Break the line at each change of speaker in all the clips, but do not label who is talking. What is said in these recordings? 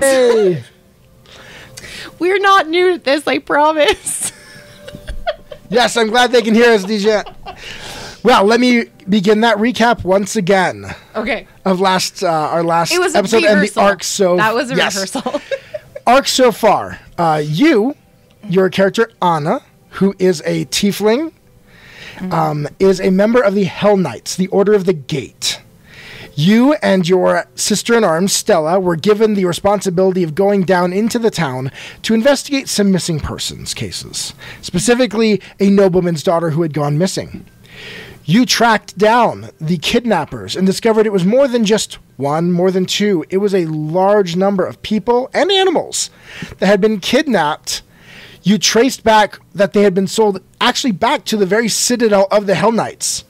Hey.
We're not new at this, I promise.
Yes, I'm glad they can hear us, DJ. Well, let me begin that recap once again
Okay.
of last uh, our last
It was a
episode
rehearsal.
and the arc so
that was a
yes.
rehearsal.
Arc so far. Uh, you, your character Anna, who is a tiefling, um, is a member of the Hell Knights, the Order of the Gate. You and your sister in arms, Stella, were given the responsibility of going down into the town to investigate some missing persons cases, specifically a nobleman's daughter who had gone missing. You tracked down the kidnappers and discovered it was more than just one, more than two. It was a large number of people and animals that had been kidnapped. You traced back that they had been sold actually back to the very citadel of the Hell Knights.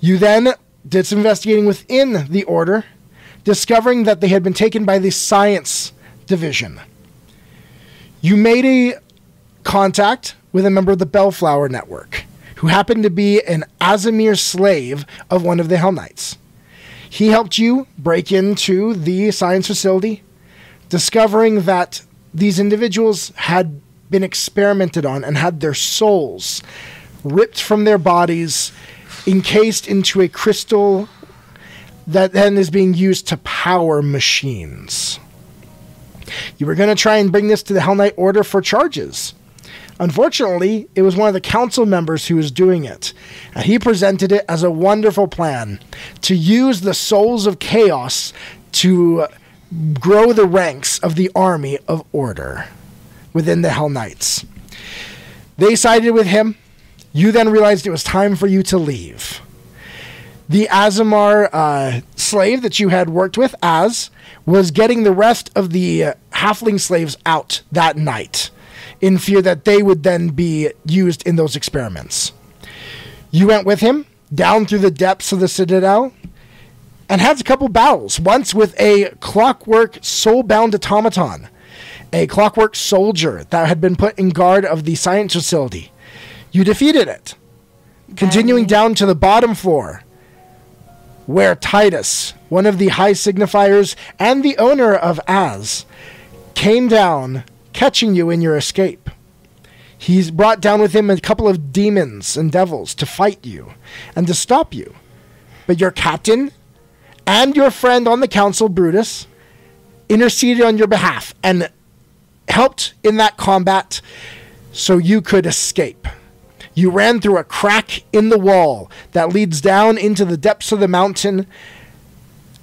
You then did some investigating within the order, discovering that they had been taken by the science division. You made a contact with a member of the Bellflower Network, who happened to be an Azimir slave of one of the Hell Knights. He helped you break into the science facility, discovering that these individuals had been experimented on and had their souls ripped from their bodies, encased into a crystal that then is being used to power machines. You were going to try and bring this to the Hell Knight Order for charges. Unfortunately, it was one of the council members who was doing it, and he presented it as a wonderful plan to use the souls of chaos to grow the ranks of the army of order within the Hell Knights. They sided with him. You then realized it was time for you to leave the Azamar uh, slave that you had worked with, Az, was getting the rest of the uh, halfling slaves out that night in fear that they would then be used in those experiments. You went with him down through the depths of the citadel and had a couple battles, once with a clockwork soul bound automaton, a clockwork soldier that had been put in guard of the science facility. You defeated it. Continuing down to the bottom floor, where Titus, one of the high signifiers and the owner of Az, came down, catching you in your escape. He's brought down with him a couple of demons and devils to fight you and to stop you. But your captain and your friend on the council, Brutus, interceded on your behalf and helped in that combat so you could escape. You ran through a crack in the wall that leads down into the depths of the mountain,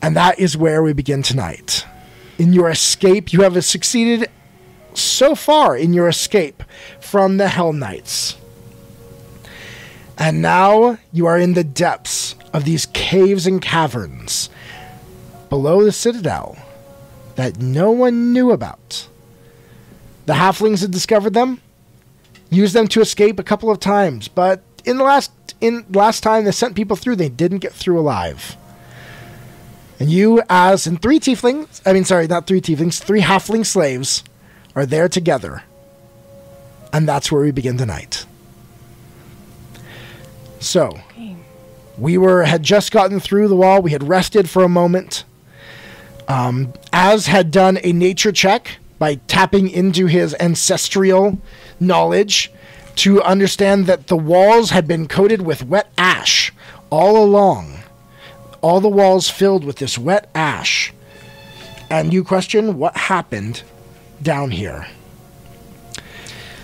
and that is where we begin tonight. In your escape, you have succeeded so far in your escape from the Hell Knights. And now you are in the depths of these caves and caverns below the citadel that no one knew about. The halflings had discovered them, used them to escape a couple of times, but in the last in last time they sent people through, they didn't get through alive. And you, as in three tieflings, I mean, sorry, not three tieflings, three halfling slaves, are there together. And that's where we begin tonight. So, we were had just gotten through the wall. We had rested for a moment. Um, as had done a nature check by tapping into his ancestral knowledge to understand that the walls had been coated with wet ash all along. All the walls filled with this wet ash. And you question what happened down here.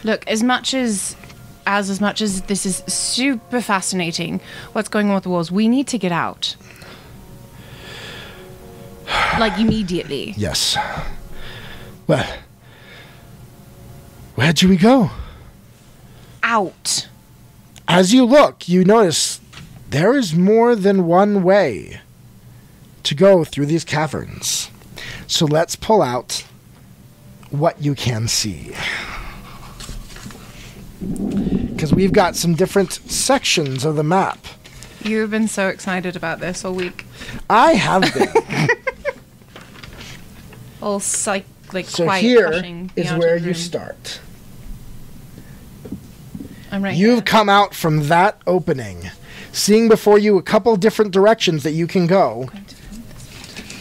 Look, as much as as as much as this is super fascinating, what's going on with the walls? We need to get out. Like immediately.
Yes. Well, where do we go?
Out.
As you look, you notice there is more than one way to go through these caverns. So let's pull out what you can see. Because we've got some different sections of the map.
You've been so excited about this all week.
I have been.
All psych like
so
quiet
here
rushing me
is
out of
where
the
you
room.
start.
I'm right.
You've
here.
come out from that opening, seeing before you a couple different directions that you can go.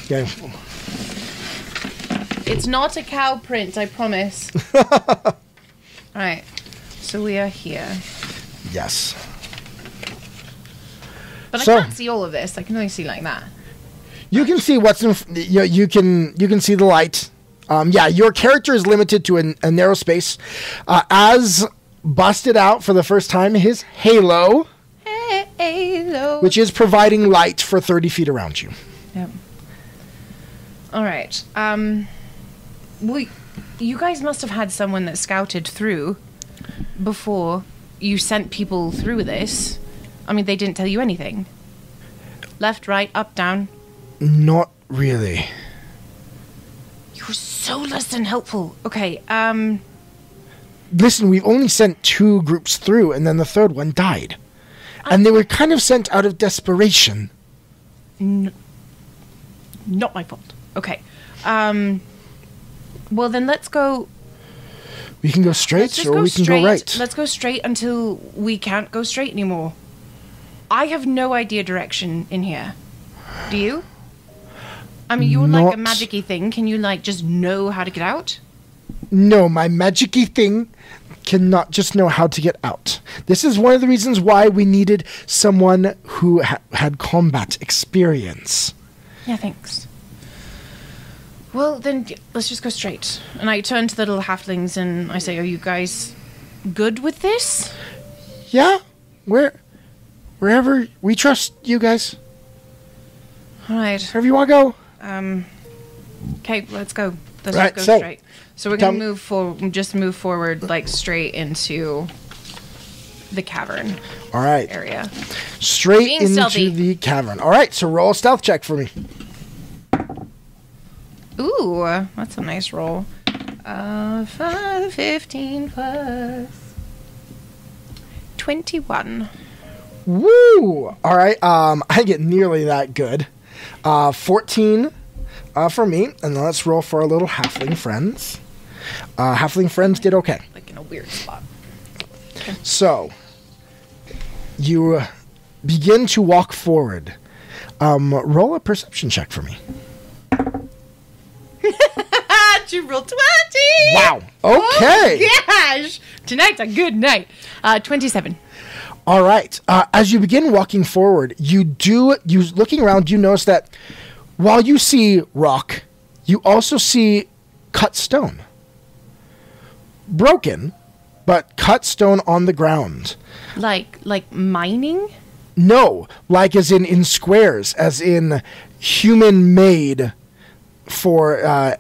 Yeah.
It's not a cow print, I promise. right. So we are here.
Yes.
But
So-
I can't see all of this. I can only see like that.
You can see what's in. F- you, you can you can see the light. Um, yeah, your character is limited to an, a narrow space. Uh, as busted out for the first time, his halo,
Hey, hello.
which is providing light for thirty feet around you.
Yep. All right. Um, we, you guys must have had someone that scouted through before you sent people through this. I mean, they didn't tell you anything. Left, right, up, down.
Not really.
You were so less than helpful. Okay. Um.
Listen, we've only sent two groups through, and then the third one died, and they were kind of sent out of desperation.
Not my fault. Okay. Um. Well, then let's go.
We can go
Let's
straight,
just
or
go
we can
straight.
go right.
Let's go straight until we can't go straight anymore. I have no idea direction in here. Do you? I mean, you're like a
Not-
magicy thing. Can you like just know how to get out?
No, my magicy thing cannot just know how to get out. This is one of the reasons why we needed someone who ha- had combat experience.
Yeah, thanks. Well, then g- let's just go straight. And I turn to the little halflings and I say, "Are you guys good with this?"
Yeah, where, wherever we trust you guys,
All right.
wherever you want to go.
Um, okay, let's go. Let's
Right,
go
so-
straight. So we're gonna
Tell-
move for just move forward like straight into the cavern
All right,
area.
straight
Being
into
stealthy.
the cavern. All right, so roll a stealth check for me.
Ooh, that's a nice roll. Uh, five, 15 plus 21.
Woo! All right, um, I get nearly that good. Uh, 14 uh, for me, and then let's roll for our little halfling friends. Uh, halfling friends did okay.
Like in a weird spot.
So, you uh, begin to walk forward. Um, roll a perception check for me.
Ah, you rolled 20!
Wow. Okay.
Gosh! Tonight's a good night. Uh, 27.
All right. Uh, as you begin walking forward, you do you looking around. You notice that while you see rock, you also see cut stone, broken, but cut stone on the ground.
Like, like mining?
No, like as in in squares, as in human made for uh,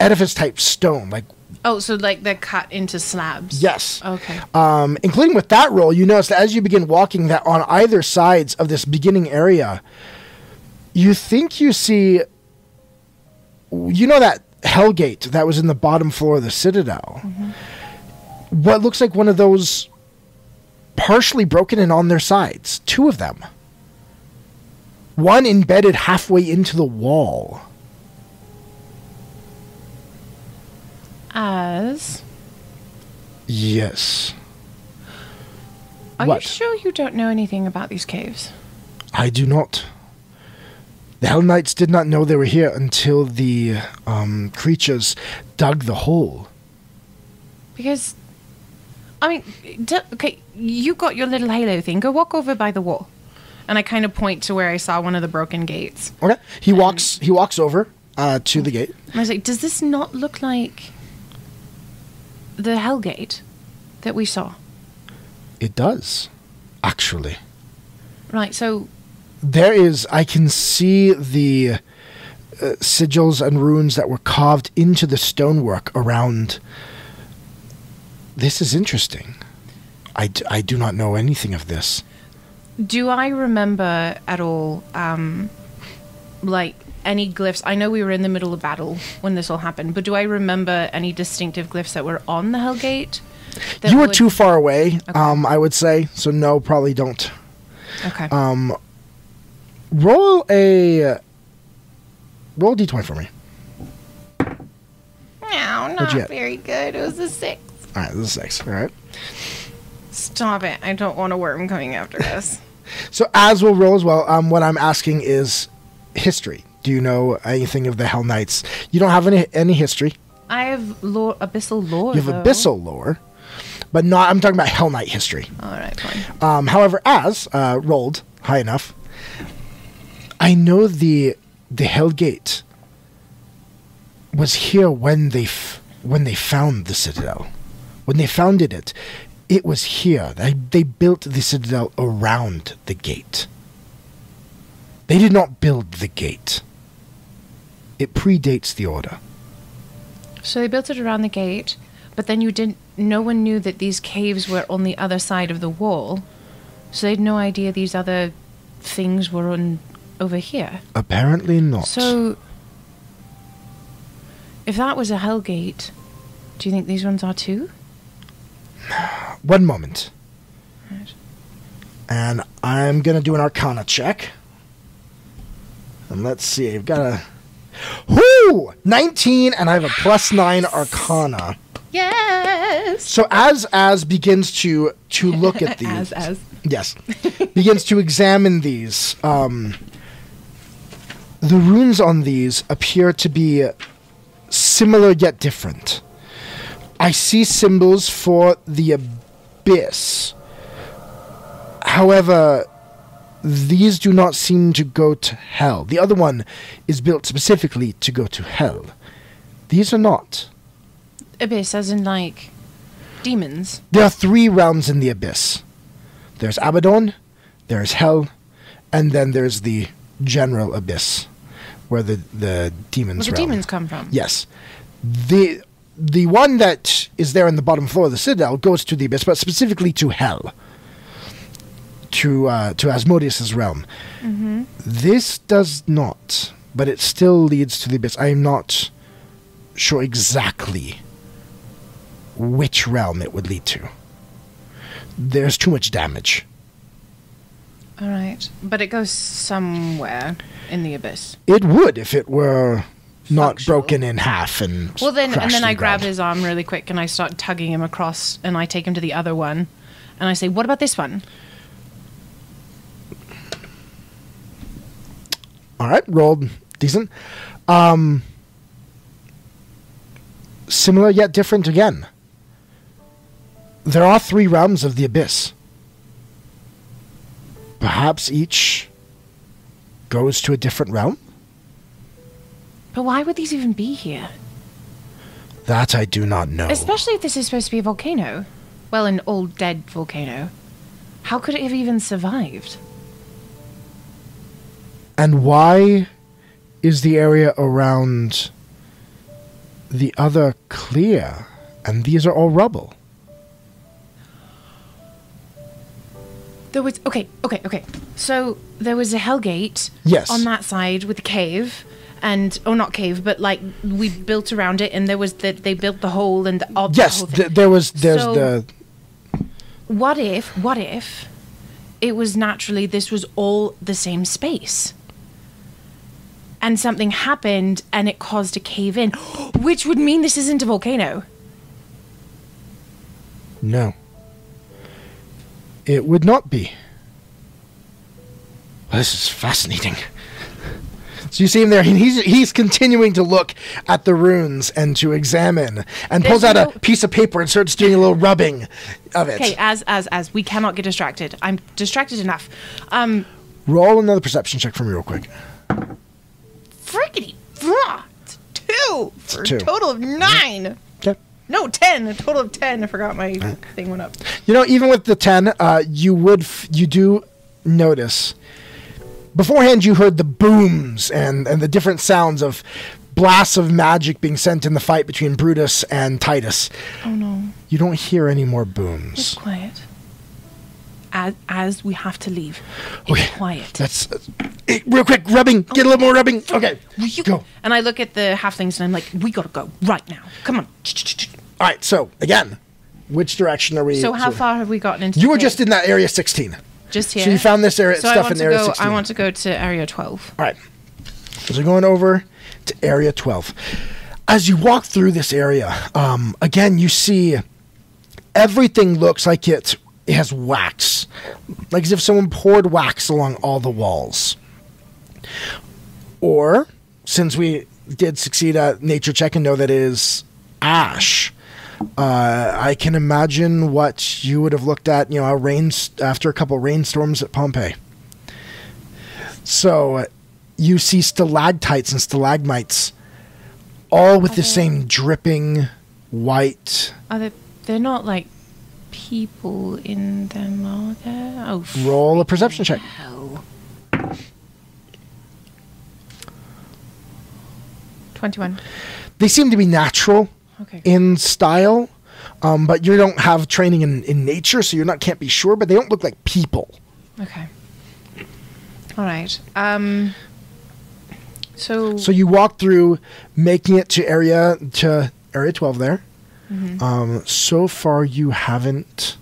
edifice type stone. Like
Oh, so like they're cut into slabs.
yes,
Okay.
um, including with that roll, you notice that as you begin walking, that on either sides of this beginning area, you think you see, you know that hellgate that was in the bottom floor of the citadel. What looks like one of those partially broken and on their sides, two of them. One embedded halfway into the wall.
As
Yes,
are
What?
you sure you don't know anything about these caves?
I do not. The Hell Knights did not know they were here until the um, creatures dug the hole.
Because, I mean, d- okay, you got your little halo thing. Go walk over by the wall, and I kind of point to where I saw one of the broken gates.
Okay. He walks. He walks over uh, to the gate.
And I was like, "Does this not look like the Hell Gate that we saw?"
It does, actually.
Right. So,
There is. I can see the uh, sigils and runes that were carved into the stonework around. This is interesting. I, d- I do not know anything of this.
do I remember at all, um, like any glyphs? I know we were in the middle of battle when this all happened, but do I remember any distinctive glyphs that were on the Hell Gate? that
you were
would-
too far away. Um, I would say so. No, probably don't.
Okay.
Um, roll a roll d d20 for me.
no,
you get?
not very good. It was a six.
All right, this is six. All right.
Stop it. I don't want a worm coming after us.
So as we'll roll as well. Um, what I'm asking is history. Do you know anything of the Hell Knights? You don't have any any history.
I have lore, abyssal lore.
You have
though.
abyssal lore, but not. I'm talking about Hell Knight history.
All right, fine.
Um, however, as uh, rolled high enough, I know the the Hell Gate was here when they f- when they found the Citadel. When they founded it, it was here. They they built the Citadel around the gate. They did not build the gate. It predates the order.
So they built it around the gate, but then you didn't. No one knew that these caves were on the other side of the wall, so they had no idea these other things were on over here.
Apparently not.
So, if that was a hell gate, do you think these ones are too?
One moment.
Right.
And I'm gonna do an Arcana check. And let's see, I've got a whoo 19, and I have a plus nine Arcana.
Yes.
So as as begins to to look at these,
As as
yes, begins to examine these. Um, the runes on these appear to be similar yet different. I see symbols for the abyss. However, these do not seem to go to hell. The other one is built specifically to go to hell. These are not.
abyss, as in like demons.
There are three realms in the abyss. There's Abaddon, there's Hell, and then there's the general abyss, where the the
Where
demons.
the
realm.
demons come from?
Yes, the the one that is there in the bottom floor of the citadel goes to the abyss, but specifically to Hell, to uh, to Asmodeus's realm.
Mm-hmm.
This does not, but it still leads to the abyss. I am not sure exactly which realm it would lead to. There's too much damage.
All right, but it goes somewhere in the abyss.
It would if it were not
Functional.
broken in half and
Well, then, and
crashed
then
to
I
the
grab
ground.
his arm really quick and I start tugging him across, and I take him to the other one, and I say, "What about this one?"
All right, rolled decent. Um, similar yet different again. There are three realms of the abyss. Perhaps each goes to a different realm.
But why would these even be here?
That I do not know.
Especially if this is supposed to be a volcano. Well, an old dead volcano. How could it have even survived?
and why is the area around the other clear, and these are all rubble?
There was okay, okay, okay. So there was a hell gate
Yes.
on that side with a cave and oh not cave, but like we built around it and there was the they built the hole and the, all, the
Yes,
whole thing.
th- there was. There's
So-
the
what if what if it was naturally this was all the same space and something happened and it caused a cave in which would mean this isn't a volcano
No. It would not be. Well, this is fascinating. So you see him there, and he's he's continuing to look at the runes and to examine, and pulls
There's
out
no-
a piece of paper and starts doing a little rubbing of it.
okay as as as we cannot get distracted i'm distracted enough um
Roll another perception check for me, real quick.
frickety fuck. It's two for
two. Mm-hmm.
a total of nine
Okay.
no ten a total of ten i forgot my thing went up
You know, even with the ten, uh, you would f- you do notice. Beforehand, you heard the booms and and the different sounds of blasts of magic being sent in the fight between Brutus and Titus.
oh no
You don't hear any more
it's
booms.
quiet as as we have to leave it's
Okay.
quiet
That's uh, eh, real quick rubbing. Get a little more rubbing. Okay,
Will you-
go.
And I look at the halflings and I'm like, we gotta go right now. Come on.
All right. So again, which direction are we?
So how
to-
far have we gotten into?
You
the
were
cave?
just in that area sixteen.
just here.
so you found this area-
So I
stuff
want
in
to
area
go,
16.
I want to go to area twelve.
All right. So we're going over to area 12. As you walk through this area, um, again, you see everything looks like it, it has wax, like as if someone poured wax along all the walls. Or since we did succeed at nature check and know that it is ash, uh, I can imagine what you would have looked at, you know, a rain after a couple rainstorms at Pompeii. So uh, you see stalactites and stalagmites, all with the
Okay.
same dripping white
Are they? They're not like people in them, are there? Oh, f-
Roll a perception check.
hell. Twenty-one.
They seem to be natural
Okay.
in style, um, but you don't have training in, in nature, so you're not can't be sure. But they don't look like people.
Okay. All right. Um. So.
So you walk through, making it to area to area twelve there. Um, so far, you haven't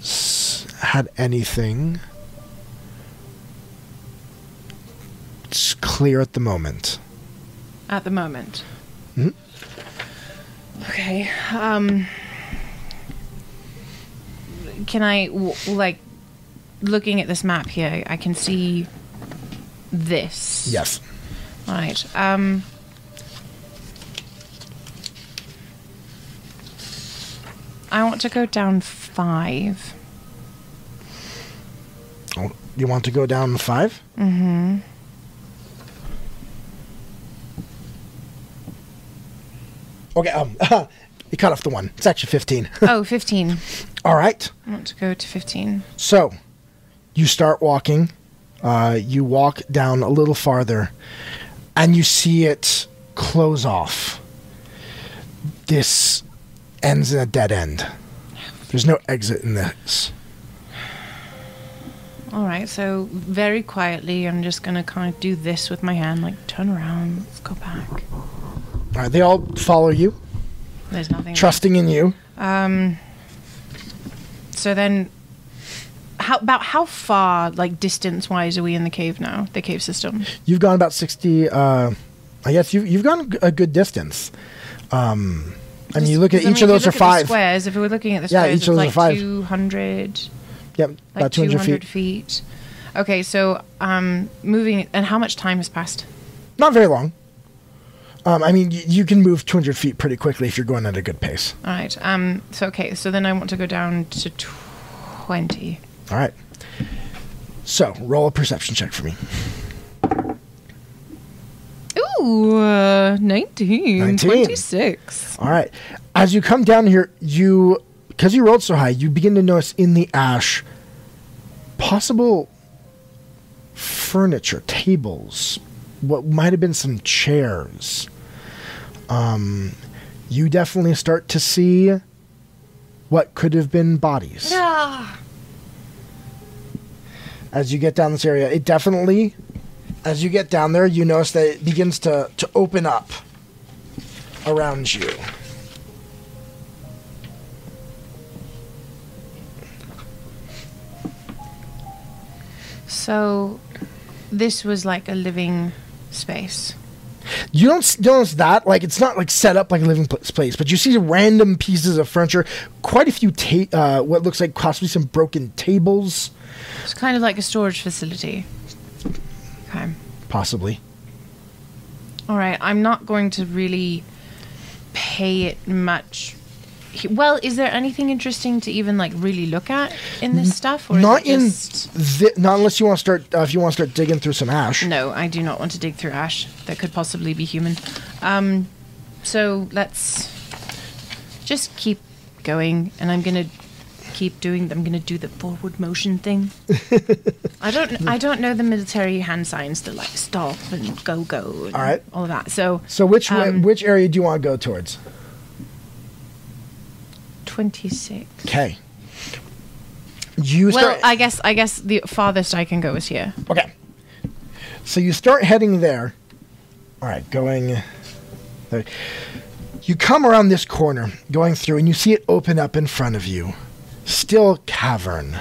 s- had anything. It's clear at the moment.
at the moment.
Mhm.
Okay. Um, can I w- like looking at this map here? I can see this.
Yes.
All right. Um, I want to go down five.
Oh, you want to go down five?
Mm-hmm.
Okay. Um, you cut off the one. It's actually fifteen.
oh, 15.
All right.
I want to go to 15.
So, you start walking. Uh, you walk down a little farther, and you see it close off. This ends in a dead end. There's no exit in this.
All right, so very quietly, I'm just gonna kind of do this with my hand, like turn around, let's go back.
All right, they all follow you,
There's nothing.
trusting in you.
Um. So then, how about how far, like distance wise, are we in the cave now? The cave system.
You've gone about sixty. Uh, I guess you, you've gone a good distance. Um, I mean, you look at
Because, I
each
mean,
of
if
those
you
are
look at the
five.
Squares. If we were looking at the
Yeah,
squares,
each of those are
it's like
five.
two hundred,
Yep,
like
about two hundred feet.
feet. Okay, so um, moving and how much time has passed?
Not very long. Um, I mean, y- you can move two hundred feet pretty quickly if you're going at a good pace.
All right. Um. So okay. So then I want to go down to twenty.
All right. So roll a perception check for me.
Ooh, uh, 19,
19.
26.
All right. As you come down here, you because you rolled so high, you begin to notice in the ash possible furniture, tables, what might have been some chairs. Um, you definitely start to see what could have been bodies.
Ah.
as you get down this area. It definitely, as you get down there, you notice that it begins to, to open up around you.
So this was like a living space.
You don't s- notice that, like it's not like set up like a living pl- place, but you see random pieces of furniture, quite a few ta- uh, what looks like possibly some broken tables,
It's kind of like a storage facility. Okay.
possibly.
All right. I'm not going to really pay it much. he- Well, is there anything interesting to even like really look at in this stuff? Or
Not
is it
in,
just-
thi- not unless you want to start. Uh, if you want to start digging through some ash,
No, I do not want to dig through ash that could possibly be human. Um, so let's just keep going, and I'm gonna keep doing. I'm gonna do the forward motion thing. I don't. I don't know the military hand signs that like stop and go go. And
All right.
All of that. So
So which way,
Um,
which area do you want to go towards?
twenty six.
Okay. You
Well,
start.
I guess. I guess the farthest I can go is here.
Okay. So you start heading there. All right, going. There. You come around this corner, going through, and you see it open up in front of you. Still cavern.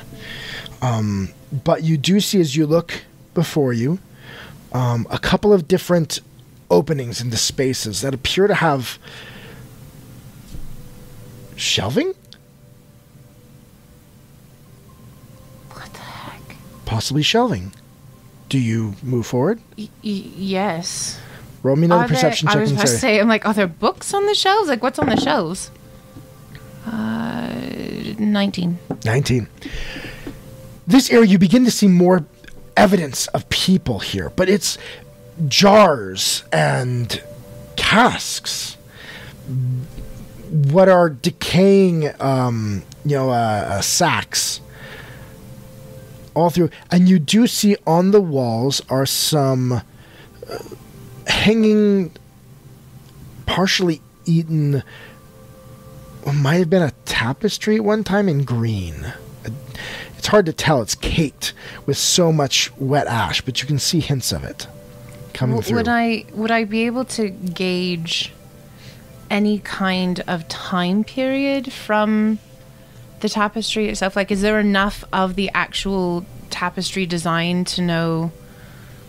Um, but you do see as you look before you um, a couple of different openings into spaces that appear to have shelving?
What the heck?
Possibly shelving. Do you move forward?
Y- y- yes.
Roll me another
Are there-
perception
I
check
was
and
about to
say.
say, I'm like, are there books on the shelves? Like, what's on the shelves? Uh, 19.
19. This area, you begin to see more evidence of people here, but it's jars and casks. What are decaying, um, you know, uh, uh, sacks all through. And you do see on the walls are some uh, hanging, partially eaten what might have been a tapestry at one time in green. It's hard to tell. It's caked with so much wet ash, but you can see hints of it coming
W-
through.
would I would I be able to gauge any kind of time period from the tapestry itself? Like, is there enough of the actual tapestry design to know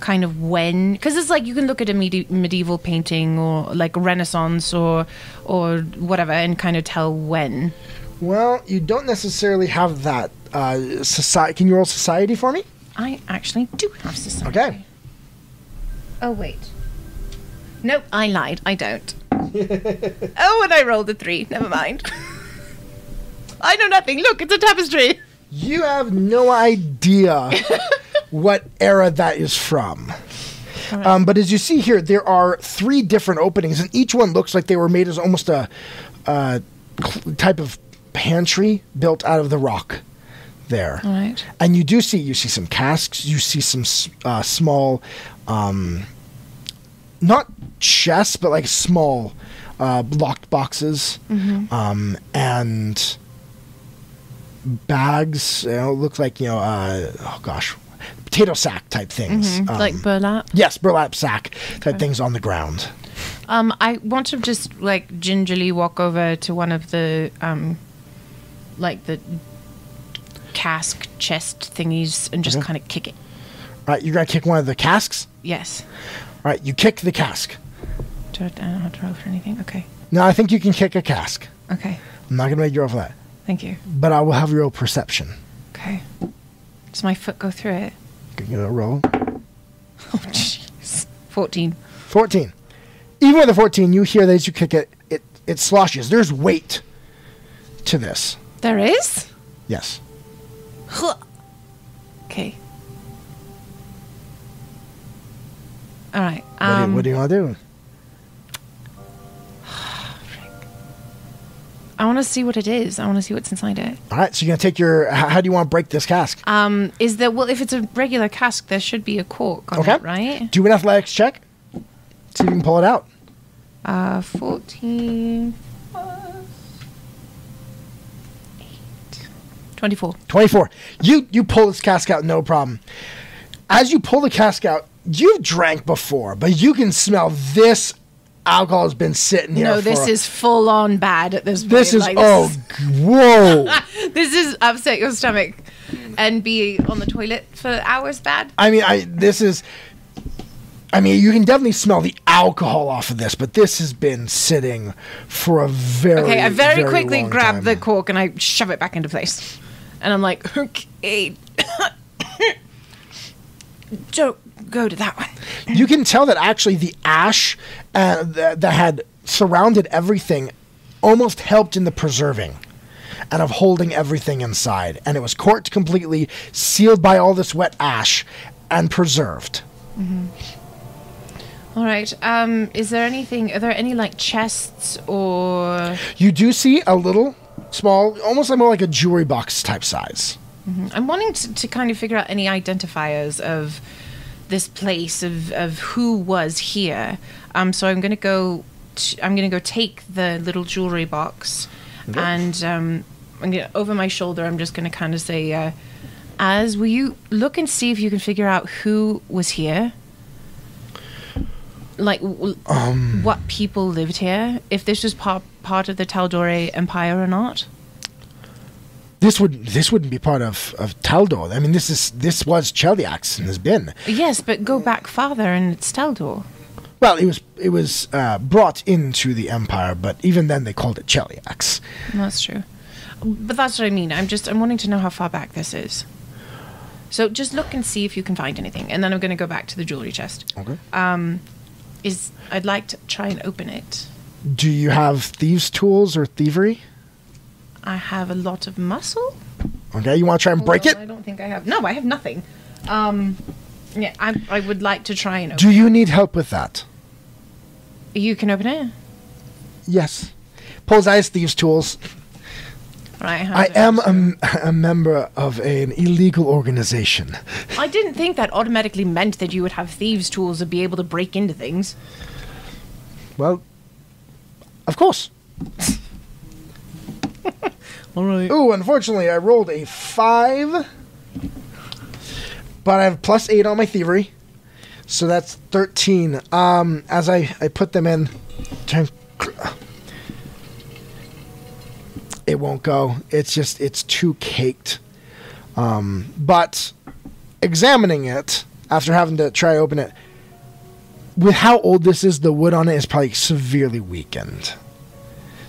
kind of when? Because it's like you can look at a medi- medieval painting or like Renaissance or or whatever and kind of tell when.
well, you don't necessarily have that. Uh, society. Can you roll society for me?
I actually do have society.
Okay.
Oh wait. Nope, I lied. I don't. oh, and I rolled a three. Never mind. I know nothing. Look, it's a tapestry.
You have no idea what era that is from. Um, but as you see here, there are three different openings, and each one looks like they were made as almost a uh, cl- type of pantry built out of the rock
Oh,
there.
Right.
And you do see you see some casks, you see some s- uh, small, um, not chests, but like small uh, locked boxes, um, and bags. You know, look like you know, uh, oh gosh, potato sack type things. Um,
Mm-hmm. like burlap.
yes, burlap sack type things on the ground.
Um, I want to just like gingerly walk over to one of the um, like the cask chest thingies and just kind of kick it.
All right, you're gonna kick one of the casks.
Yes.
All right, you kick the cask.
Do I, I don't have to roll for anything. Okay.
Now I think you can kick a cask.
Okay.
I'm not gonna make you roll for that,
Thank you.
but I will have your perception.
Okay. Does my foot go through it?
You're gonna roll.
Oh jeez. Fourteen.
14. Even with a 14, you hear that as you kick it, it, it sloshes. There's weight to this.
There is?
Yes.
Okay. All right.
What, do,
Um,
you- what do you want to do?
I want to see what it is. I want to see what's inside it.
All right, so you're going to take your. How, how do you want to break this cask?
Um, is there? Well, if it's a regular cask, there should be a cork on
Okay.
it, right?
Do an athletics check. See if you can pull it out.
Uh, fourteen. plus eight. Twenty-four.
24. You, you pull this cask out, no problem. As you pull the cask out, you've drank before, but you can smell this alcohol has been sitting here.
no,
for
this
a-
is full on bad at this point.
This is.
Like,
oh, g- whoa.
this is upset your stomach and be on the toilet for hours bad.
I mean, I this is. I mean, you can definitely smell the alcohol off of this, but this has been sitting for a very
Okay, I very, quickly
long
grab
time.
the cork and I shove it back into place. And I'm like, okay. Don't go to that one.
You can tell that actually the ash uh, th- that had surrounded everything almost helped in the preserving and of holding everything inside, and it was corked completely, sealed by all this wet ash, and preserved.
All right. Um, is there anything? Are there any like chests or?
You do see a little small, almost like more like a jewelry box type size.
I'm wanting to, to kind of figure out any identifiers of this place of of who was here. Um, so I'm gonna go. T- I'm gonna go take the little jewelry box, and um, I'm gonna over my shoulder. I'm just gonna kind of say, uh, "As will you look and see if you can figure out who was here." Like w- what people lived here? If this was part part of the Taldore Empire or not?
this would this wouldn't be part of of Taldor. I mean, this is this was Chelyaks and has been.
Yes, but go back farther and it's Taldor.
Well, it was it was uh, brought into the empire, but even then they called it Chelyaks.
That's true. But that's what I mean. I'm just I'm wanting to know how far back this is.
Oh.
So just look and see if you can find anything, and then I'm going to go back to the jewelry chest.
Okay.
is I'd like to try and open it.
Do you have thieves' tools or thievery?
I have a lot of muscle.
Okay, you want to try and break
Although
it?
Oh, I don't think I have. No, I have nothing. Um, yeah, I, I would like to try and open.
Do you need help with that?
you can open it.
Yes. Pulls out his thieves' tools.
Right.
I am a, m- a member of an illegal organization.
I didn't think that automatically meant that you would have thieves' tools to be able to break into things.
Well, of course.
All right.
Ooh, unfortunately, I rolled a five, but I have plus eight on my thievery, so that's thirteen. Um, as I I put them in, turn- it won't go. It's just it's too caked. Um, but examining it after having to try to open it, with how old this is, the wood on it is probably severely weakened.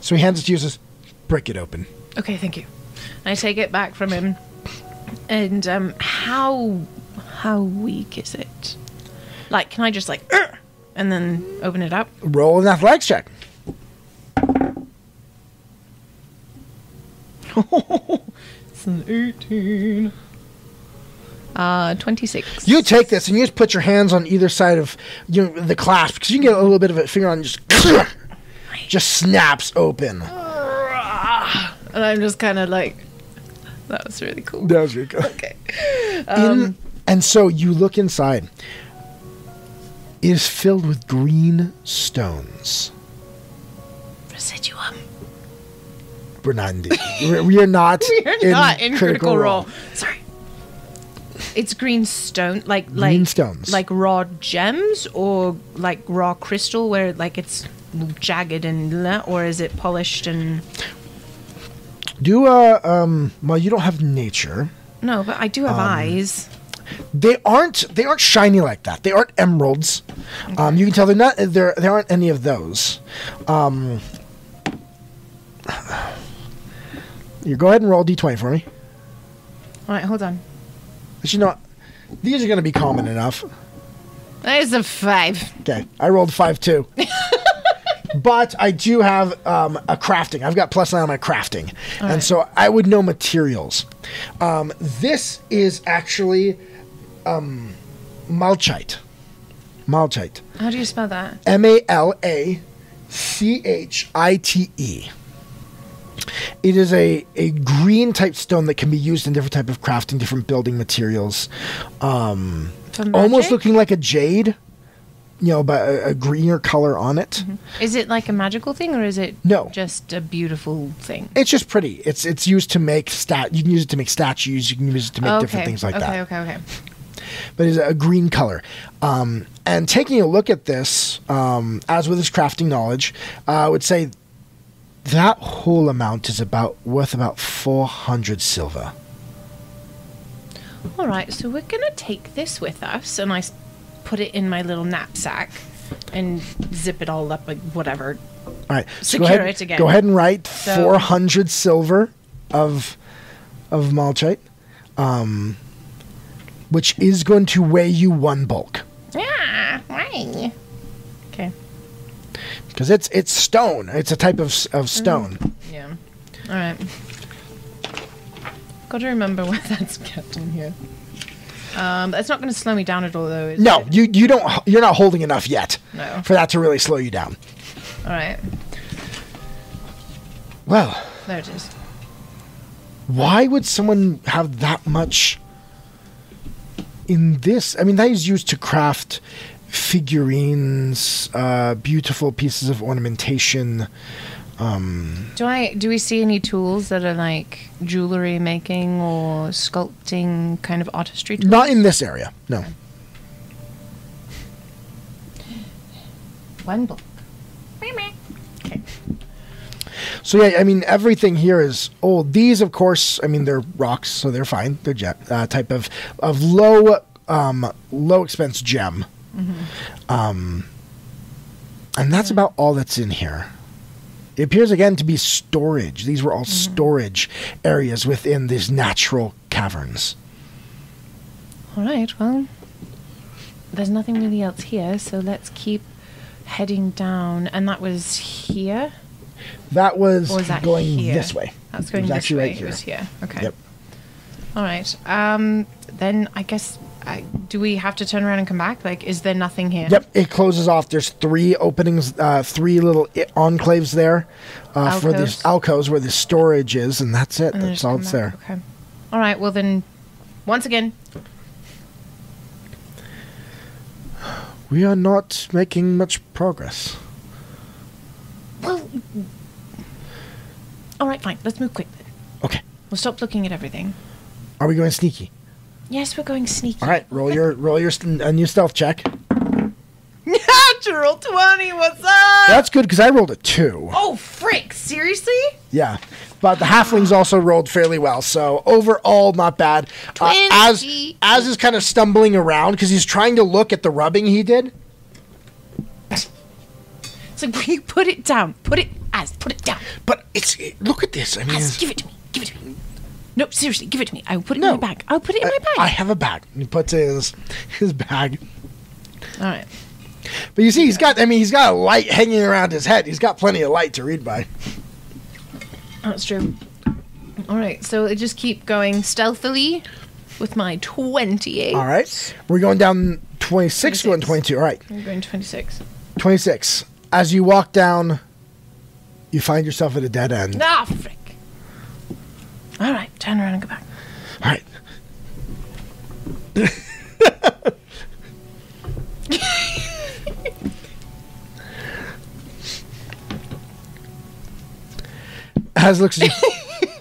So he hands it to you, and says, "Break it open."
Okay, thank you. I take it back from him. And um, how how weak is it? Like, can I just like, "Ugh," and then open it up?
Roll an athletics check.
It's an 18.
Uh, twenty six.
You take this and you just put your hands on either side of you know, the clasp because you can get a little bit of a finger on and just just snaps open.
And I'm just kind of like, that was really cool.
That was really good.
Okay. Um,
In, and so you look inside. It is filled with green stones.
Residuum.
We're not. In, we're, we are not.
You're not in critical, role. Sorry. It's green stone, like like
Green stones.
like raw gems or like raw crystal, where like it's jagged and bleh, or is it polished and
Do uh um. Well, you don't have nature.
no? But I do have
Um,
eyes.
they aren't they aren't shiny like that. They aren't emeralds. Um, you can tell they're not they're they aren't any of those. Um, you go ahead and roll d d20 for me.
All right, hold on.
But you know, what? these are going to be common enough.
There's a five.
Okay, I rolled five two. But I do have um, a crafting. I've got plus nine on my crafting, and
right.
so I would know materials. Um, this is actually um, malachite. Malachite.
How do you spell that?
M A L A C H I T E. It is a, a green type stone that can be used in different type of crafting, different building materials. Um,
For magic?
almost looking like a jade, you know, but a, a greener color on it.
Is it like a magical thing, or is it
No.
just a beautiful thing?
It's just pretty. It's it's used to make stat. You can use it to make statues. You can use it to make
okay.
different things like
okay,
that.
Okay, okay,
but it's a green color. Um, and taking a look at this, um, as with his crafting knowledge, uh, I would say that whole amount is about worth about 400 silver.
All right, so we're gonna take this with us, and I s- put it in my little knapsack and zip it all up, like whatever.
All right, go
Secure
ahead,
it again.
Go ahead and write
So-
400 silver of of malachite, um, which is going to weigh you one bulk Ah,
Yeah, why? Okay.
because it's it's stone. It's a type of s- of stone.
Yeah. All right. Got to remember where that's kept on here. Um, that's not gonna slow me down at all, though. Is
No,
it?
you you don't h- you're not holding enough yet
No.
for that to really slow you down.
All right.
Well,
There it is.
why would someone have that much in this? I mean, that is used to craft figurines, uh, beautiful pieces of ornamentation. um,
Do I do we see any tools that are like jewelry making or sculpting kind of artistry? Tools?
Not in this area, no.
one book.
So yeah, I mean, everything here is old. These, of course, I mean, they're rocks, so they're fine. They're gem, uh, type of of low um, low expense gem.
Mm-hmm.
Um, and that's about all that's in here. It appears again to be storage. These were all
Mm-hmm.
storage areas within these natural caverns.
All right. Well, there's nothing really else here, so let's keep heading down, and that was here.
That was,
Or was that
going
here?
this way.
That's going
It was
this
actually
way.
right
It was here. Okay.
Yep.
All right. Um, then I guess I, do we have to turn around and come back? Like, is there nothing here?
Yep, it closes off. There's three openings, uh, three little i- enclaves there uh, for the
Alcoves.
alcoves where the storage is, and that's it.
And then
that's
just
all
come
that's
back.
there.
Okay. All right. Well then, once again,
We are not making much progress.
well. All right, fine. Let's move quick. Then.
Okay,
We'll stop looking at everything.
are we going sneaky?
Yes, we're going sneaky.
All right, roll your roll your st- a new stealth check.
Natural twenty. What's up?
That's good because I rolled a two.
Oh frick! Seriously?
Yeah, but the halflings also rolled fairly well, so overall not bad. Uh, as
Twenty.
as is kind of stumbling around because he's trying to look at the rubbing he did.
It's like will you put it down. Put it as. Put it down.
But it's look at this. I mean,
As.
it's-
Give it to me. Give it to me. No, seriously, give it to me. I'll put it
No.
in my bag. I'll put it in my
I
bag.
have a bag. He puts it in his, his bag.
All right.
But you see, he's got, I mean, he's got a light hanging around his head. He's got plenty of light to read by.
That's true. All right, so I just keep going stealthily with my 28.
All right. We're going down 26, going
26.
22. All right.
I'm going 26.
26. As you walk down, you find yourself at a dead end.
Ah, frick. All right, turn around and go back.
All right. Has looks. at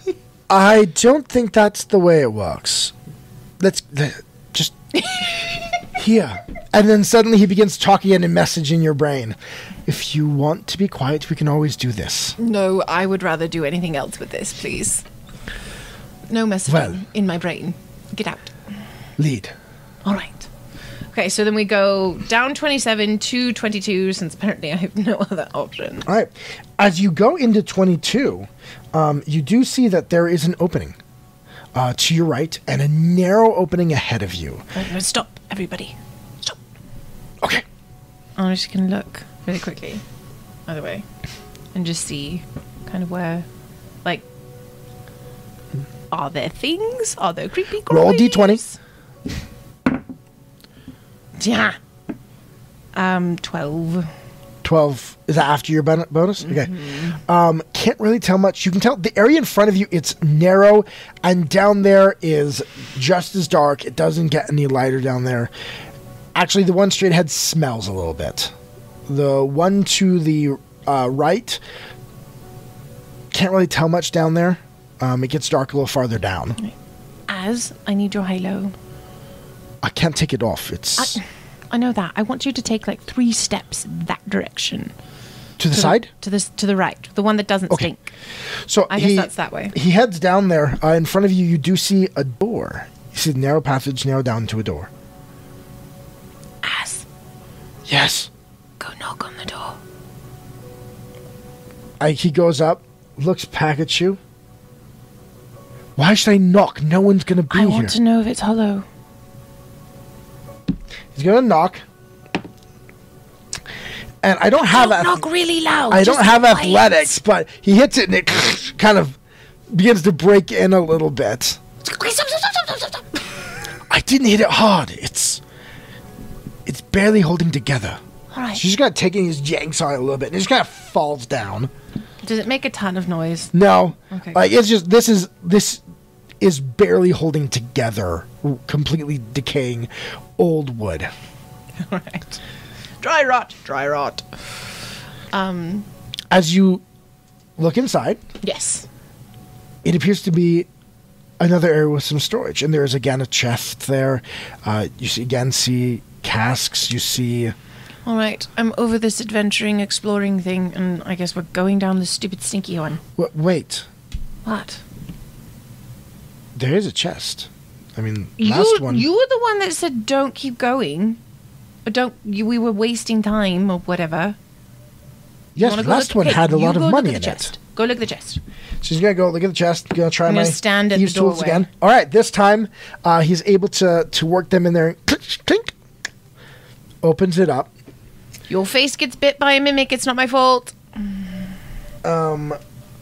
you. I don't think that's the way it works. Let's le- just here, and then suddenly he begins talking in a message in your brain. If you want to be quiet, we can always do this.
No, I would rather do anything else with this, please. No messaging
Well.
in my brain. Get out.
Lead.
All right. Okay, so then we go down 27 to 22, since apparently I have no other option.
All right. As you go into 22, um, you do see that there is an opening uh, to your right and a narrow opening ahead of you.
Uh, Stop, everybody. Stop.
Okay.
I'm just gonna look really quickly, either way, and just see kind of where, like, are there things? Are there creepy?
Roll a D20.
crawlies? Yeah. Um, twelve.
12. Is that after your bon- bonus? Okay. Um, can't really tell much. You can tell the area in front of you, it's narrow, and down there is just as dark. It doesn't get any lighter down there. Actually, the one straight ahead smells a little bit. The one to the uh, right can't really tell much down there. Um, it gets dark a little farther down.
As I need your halo.
I can't take it off. It's
I, I know that. I want you to take like three steps that direction.
to the
To
side.
to this to the right, the one that doesn't
Okay.
stink.
So
I guess
he,
that's that way.
He heads down there. Uh, in front of you, you do see a door. You see the narrow passage narrow down to a door.
As
Yes.
go knock on the door.
I, he goes up, looks back at you. Why should I knock? No one's gonna be
I
here.
want to know if it's hollow.
He's gonna knock. And I don't have
Don't
ath-
knock really loud.
I don't
just
have
wait.
athletics, but he hits it and it kind of begins to break in a little bit. I didn't hit it hard. It's it's barely holding together.
All right.
She's just kind of taking his yanks on it a little bit, and it just kind of falls down.
Does it make a ton of noise?
No,
Okay.
like it's just this is this is barely holding together, r- completely decaying old wood.
right. Dry rot. Dry rot. Um.
As you look inside,
Yes.
it appears to be another area with some storage, and there is again a chest there. Uh, you see, again see casks. You see,
All right. I'm over this adventuring, exploring thing, and I guess we're going down the stupid, stinky one.
w- wait,
What?
there is a chest. I mean,
you,
last one.
you were the one that said don't keep going, or don't. You, we were wasting time or whatever. You
yes,
wanna go
last
look-
one
hey,
had a
you
lot
go
of
look
money
at
in
the
it.
chest. Go look at the chest.
She's gonna go look at the chest. Gonna try
I'm
my
gonna stand at
thieves'
the
tools
doorway.
again. All right, this time uh, he's able to to work them in there. Clink, clink. Opens it up,
Your face gets bit by a mimic. It's not my fault.
Um,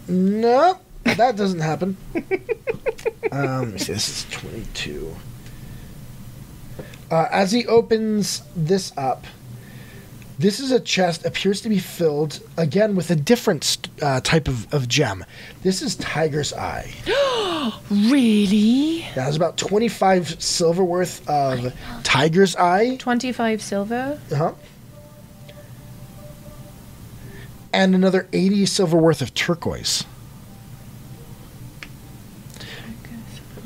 no, that doesn't happen. um, let me see, this is 22. Uh, as he opens this up, this is a chest, appears to be filled again with a different st- uh, type of, of gem. This is Tiger's Eye.
Really?
That was about 25 silver worth of Tiger's Eye.
Twenty-five silver.
Uh-huh. And another 80 silver worth of turquoise. Oh.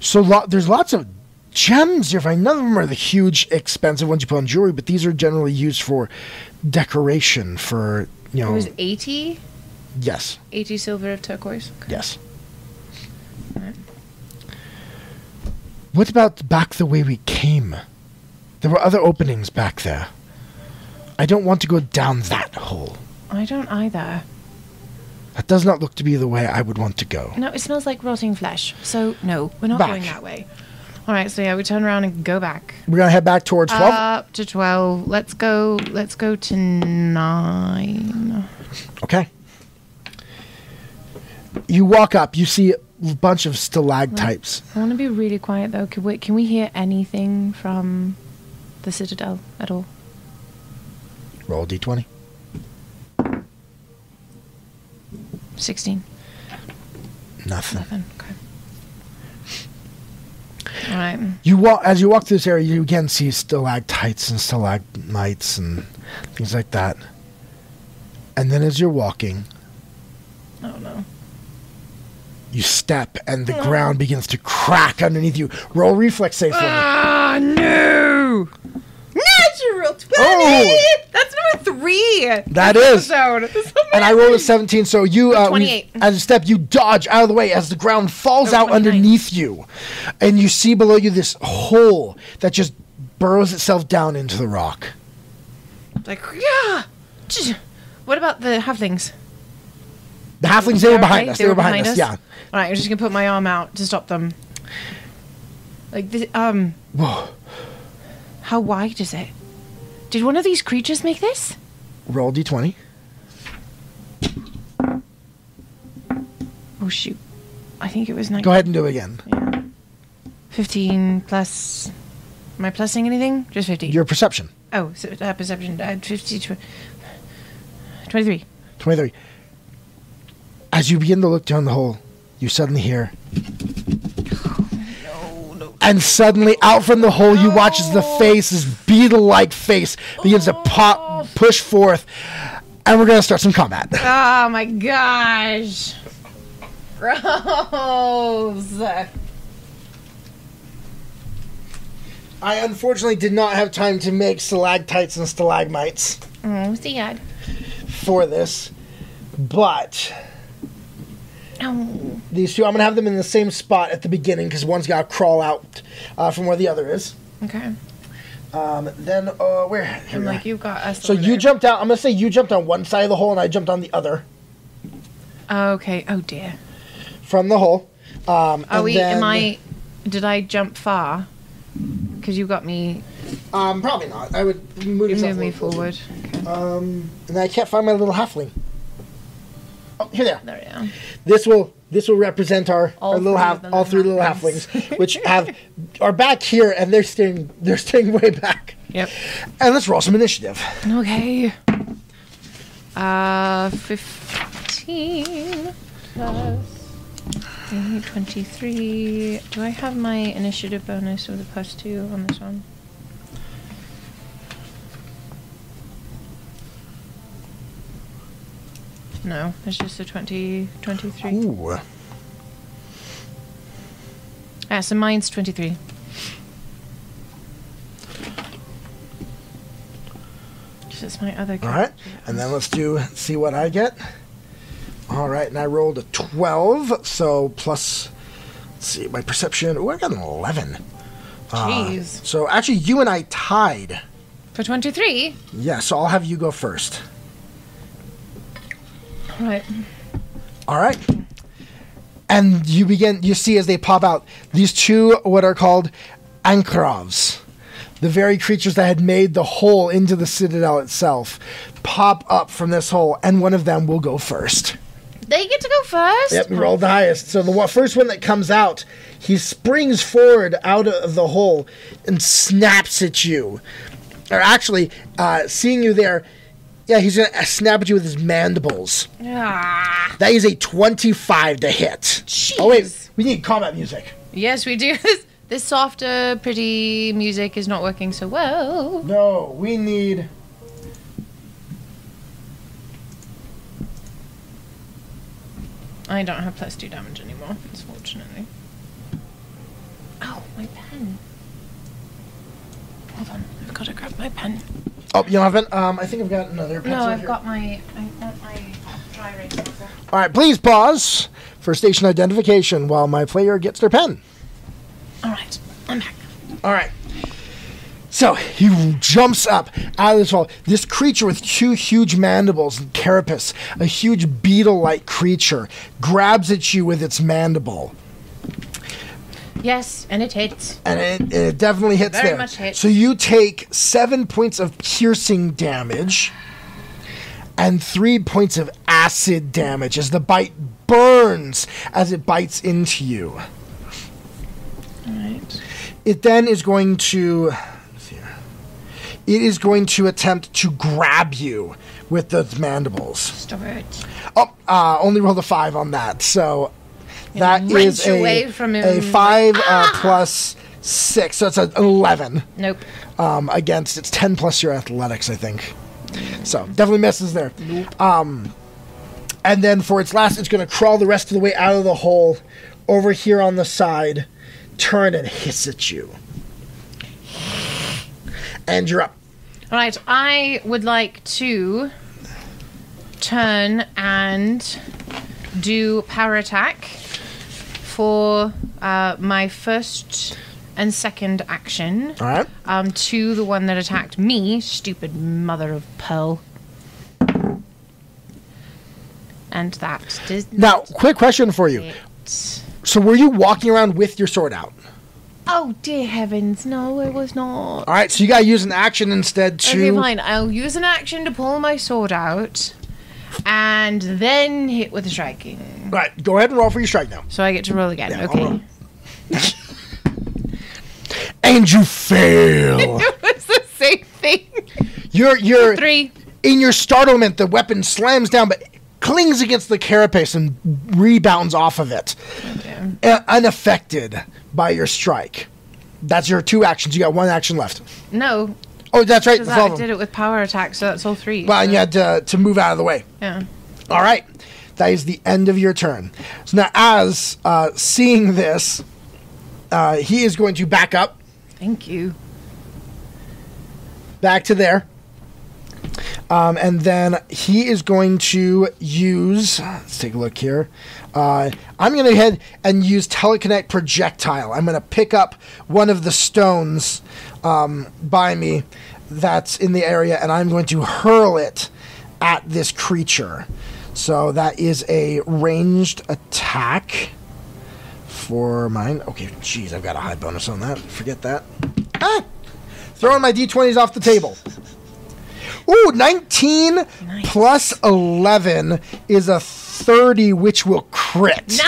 So lo- there's lots of gems here. Fine. None of them are the huge, expensive ones you put on jewelry, but these are generally used for decoration. For you
It
know,
was 80?
yes,
80 silver of turquoise. Okay.
yes. What about back the way we came? There were other openings back there. I don't want to go down that hole.
I don't either.
That does not look to be the way I would want to go.
No, it smells like rotting flesh. So, no, we're not
Back.
going that way. All right, so yeah, we turn around and go back.
We're gonna head back towards twelve.
Up to 12. Let's go, let's go to 9.
Okay. You walk up, you see a bunch of stalactites.
I want to be really quiet though. Can we, can we hear anything from the Citadel at all?
Roll a d20.
16.
Nothing.
Nothing. Okay. All right.
You walk as you walk through this area, you again see stalactites and stalagmites and things like that. And then as you're walking,
Oh no.
you step and the ground begins to crack underneath you. Roll reflex save for me.
Ah, no! Natural 20!
Oh!
That's number three!
That is.
Episode.
And I rolled a 17, so you, uh, when you-
28.
as a step, you dodge out of the way as the ground falls
Oh,
out
29.
underneath you. And you see below you this hole that just burrows itself down into the rock.
Like, yeah! Tch. What about the halflings?
The halflings, they were
They're
behind
okay?
us. They, were behind, us. Yeah.
Alright, I'm just gonna put my arm out to stop them. Like, this, um,
Whoa.
how wide is it? Did one of these creatures make this?
Roll d20.
Oh shoot. I think it was 19.
Go ahead and do it again.
Yeah. 15 plus. Am I plusing anything? Just 15.
Your perception.
oh, so, uh, perception. Uh, 50, tw- 23.
23. As you begin to look down the hole, you suddenly hear. And suddenly, out from the hole, you watch as the face, this beetle like face, begins to pop, push forth, and we're going to start some combat.
Oh my gosh. Gross.
I unfortunately did not have time to make stalactites and stalagmites
Oh, sad.
for this, but
Oh.
these two, I'm going to have them in the same spot at the beginning because one's got to crawl out uh, from where the other is.
Okay.
Um, then, uh, where? here
I'm
we are.
like, you've got us.
So
over
you
there.
jumped out. I'm gonna say you jumped on one side of the hole, and I jumped on the other
Okay. Oh dear.
from the hole. Um,
Are
and
we.
then-
Am I. Did I jump far? Because you got me.
Um, probably not. I would move
You
yourself
moved me
a little
forward. Okay.
Um, and I can't find my little halfling. Oh, here they are.
There we are.
This will this will represent our,
All
our little
three
half
of the
all three
little
little
halflings.
halflings, which have are back here, and they're staying they're staying way back.
Yep.
And let's roll some initiative.
Okay. Uh, 15 plus 23. Do I have my initiative bonus with a plus 2 on this one? No, it's just a 20, 23.
Ooh,
Ah, so mine's 23. So it's my other
all right. And then let's do see what I get. All right, and I rolled a twelve, so plus. Let's see my perception. Ooh, I got an eleven.
Jeez.
So actually, you and I tied.
For 23?
Yeah, so I'll have you go first.
Right.
All right. And you begin, you see as they pop out, these two, what are called Ankarovs. the very creatures that had made the hole into the citadel itself pop up from this hole, and one of them will go first.
They get to go first.
Yep, we rolled the highest. So the wa- first one that comes out, he springs forward out of the hole and snaps at you. Or actually, uh, seeing you there, yeah, he's going to snap at you with his mandibles.
Ah,
That is a 25 to hit. Oh,
Jeez.
wait, we need combat music.
yes, we do. This, this softer, pretty music is not working so well.
No, we need.
I don't have plus two damage anymore, unfortunately. Oh, my pen. Hold on, I've got to grab my pen.
Oh, you don't have it? Um, I think I've got another pencil.
No, I've
here.
got my, I've got my dry erase marker.
All right, please pause for station identification while my player gets their pen.
All right, I'm back.
All right. So he jumps up out of this hole. This creature with two huge mandibles and carapace, a huge beetle like creature, grabs at you with its mandible.
Yes, and it hits.
And it, it definitely hits
Very
there.
much hit.
So you take seven points of piercing damage and three points of acid damage as the bite burns as it bites into you.
All right.
It then is going to. let's see here. It is going to attempt to grab you with those mandibles.
Stop it.
Oh, uh, only rolled a five on that. So that
wrench
is a,
away from him, Ah!
a
like,
five uh, plus six. So it's an 11
Nope.
um, against. It's 10 plus your athletics, I think. So definitely misses there. Um, and then for its last, it's going to crawl the rest of the way out of the hole over here on the side, turn and hiss at you. And you're up.
All right, I would like to turn and do power attack for uh, my first and second action
All right.
um, to the one that attacked me, stupid mother of pearl. And that does
Now, quick question for you.
it.
So, were you walking around with your sword out?
Oh dear heavens, no, it was not.
All right. So, you got to use an action instead to.
Okay, fine. I'll use an action to pull my sword out and then hit with a striking.
All right. Go ahead and roll for your strike now.
So I get to roll again.
Yeah, I'll roll.
okay.
And you fail.
it's the same thing.
you're, you're.
Three.
In your startlement, the weapon slams down but clings against the carapace and rebounds off of it,
Damn.
uh, unaffected by your strike. That's your two actions. You got one action left.
No,
Oh, that's right.
because
that's all
I
of
did
them.
it with power attack, so that's all three.
Well,
so-
and you had to, to move out of the way.
yeah.
All right. That is the end of your turn. So now, as uh, seeing this, uh, he is going to back up,
Thank you.
back to there. Um, and then he is going to use. Let's take a look here. Uh, I'm going to head and use telekinetic projectile. I'm going to pick up one of the stones um, by me that's in the area, and I'm going to hurl it at this creature. So that is a ranged attack for mine. Okay, jeez, I've got a high bonus on that. Forget that. Ah! Throwing my d20s off the table. Ooh, 19 plus 11 is a 30, which will crit.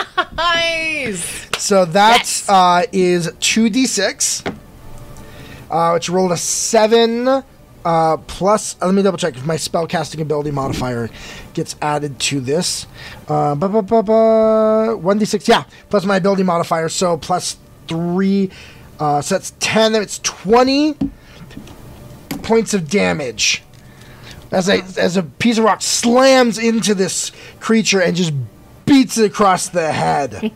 Nice.
So that
Yes.
uh, is 2d6, uh, which rolled a 7 uh, plus. uh, let me double check if my spellcasting ability modifier gets added to this. Uh, ba ba ba ba 1d6, yeah, plus my ability modifier, so plus 3. Uh, so that's 10, then it's 20 points of damage. As a, as a piece of rock slams into this creature and just beats it across the head.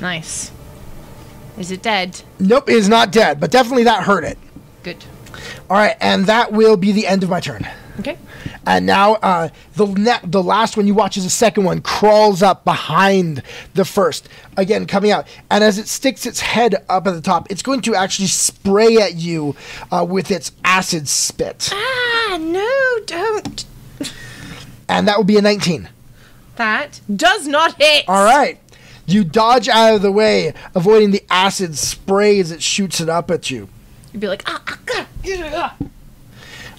Nice. Is it dead?
Nope, it is not dead, but definitely that hurt it.
Good.
All right, and that will be the end of my turn.
Okay.
And now uh, the ne- the last one you watch is the second one crawls up behind the first, again coming out. And as it sticks its head up at the top, it's going to actually spray at you uh, with its acid spit,
Ah, no, don't.
and that will be a 19.
That does not hit.
All right. You dodge out of the way, avoiding the acid spray as it shoots it up at you.
You'd be like, ah, ah, ah, yeah."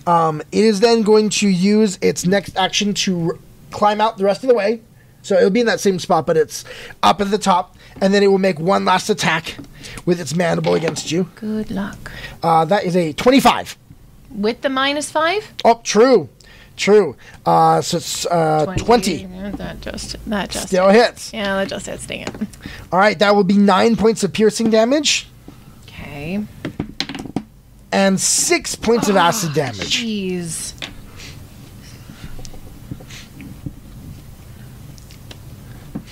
Um, it is then going to use its next action to r- climb out the rest of the way. So it'll be in that same spot, but it's up at the top, and then it will make one last attack with its mandible against you.
Good luck.
Uh, that is a 25.
With the minus five?
Oh, true. True. Uh, so it's uh, 20.
Yeah, That just, that just.
Still hits.
Yeah, that just hits. Dang it.
All right, that will be nine points of piercing damage
Okay.
and six points of
Ah.
acid damage.
Jeez.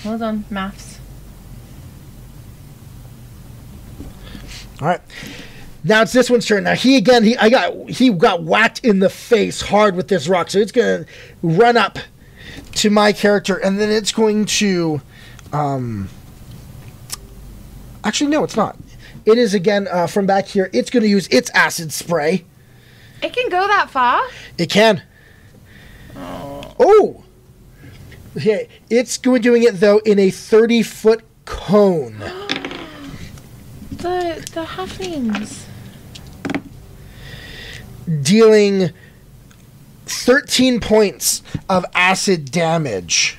Hold on, maths.
All right. Now it's this one's turn. Now he again he I got he got whacked in the face hard with this rock, so it's gonna run up to my character and then it's going to um actually no it's not. It is again uh, from back here, it's gonna use its acid spray.
It can go that far.
It can. Oh. Okay, it's going doing it though in a thirty foot cone.
The the halflings.
dealing 13 points of acid damage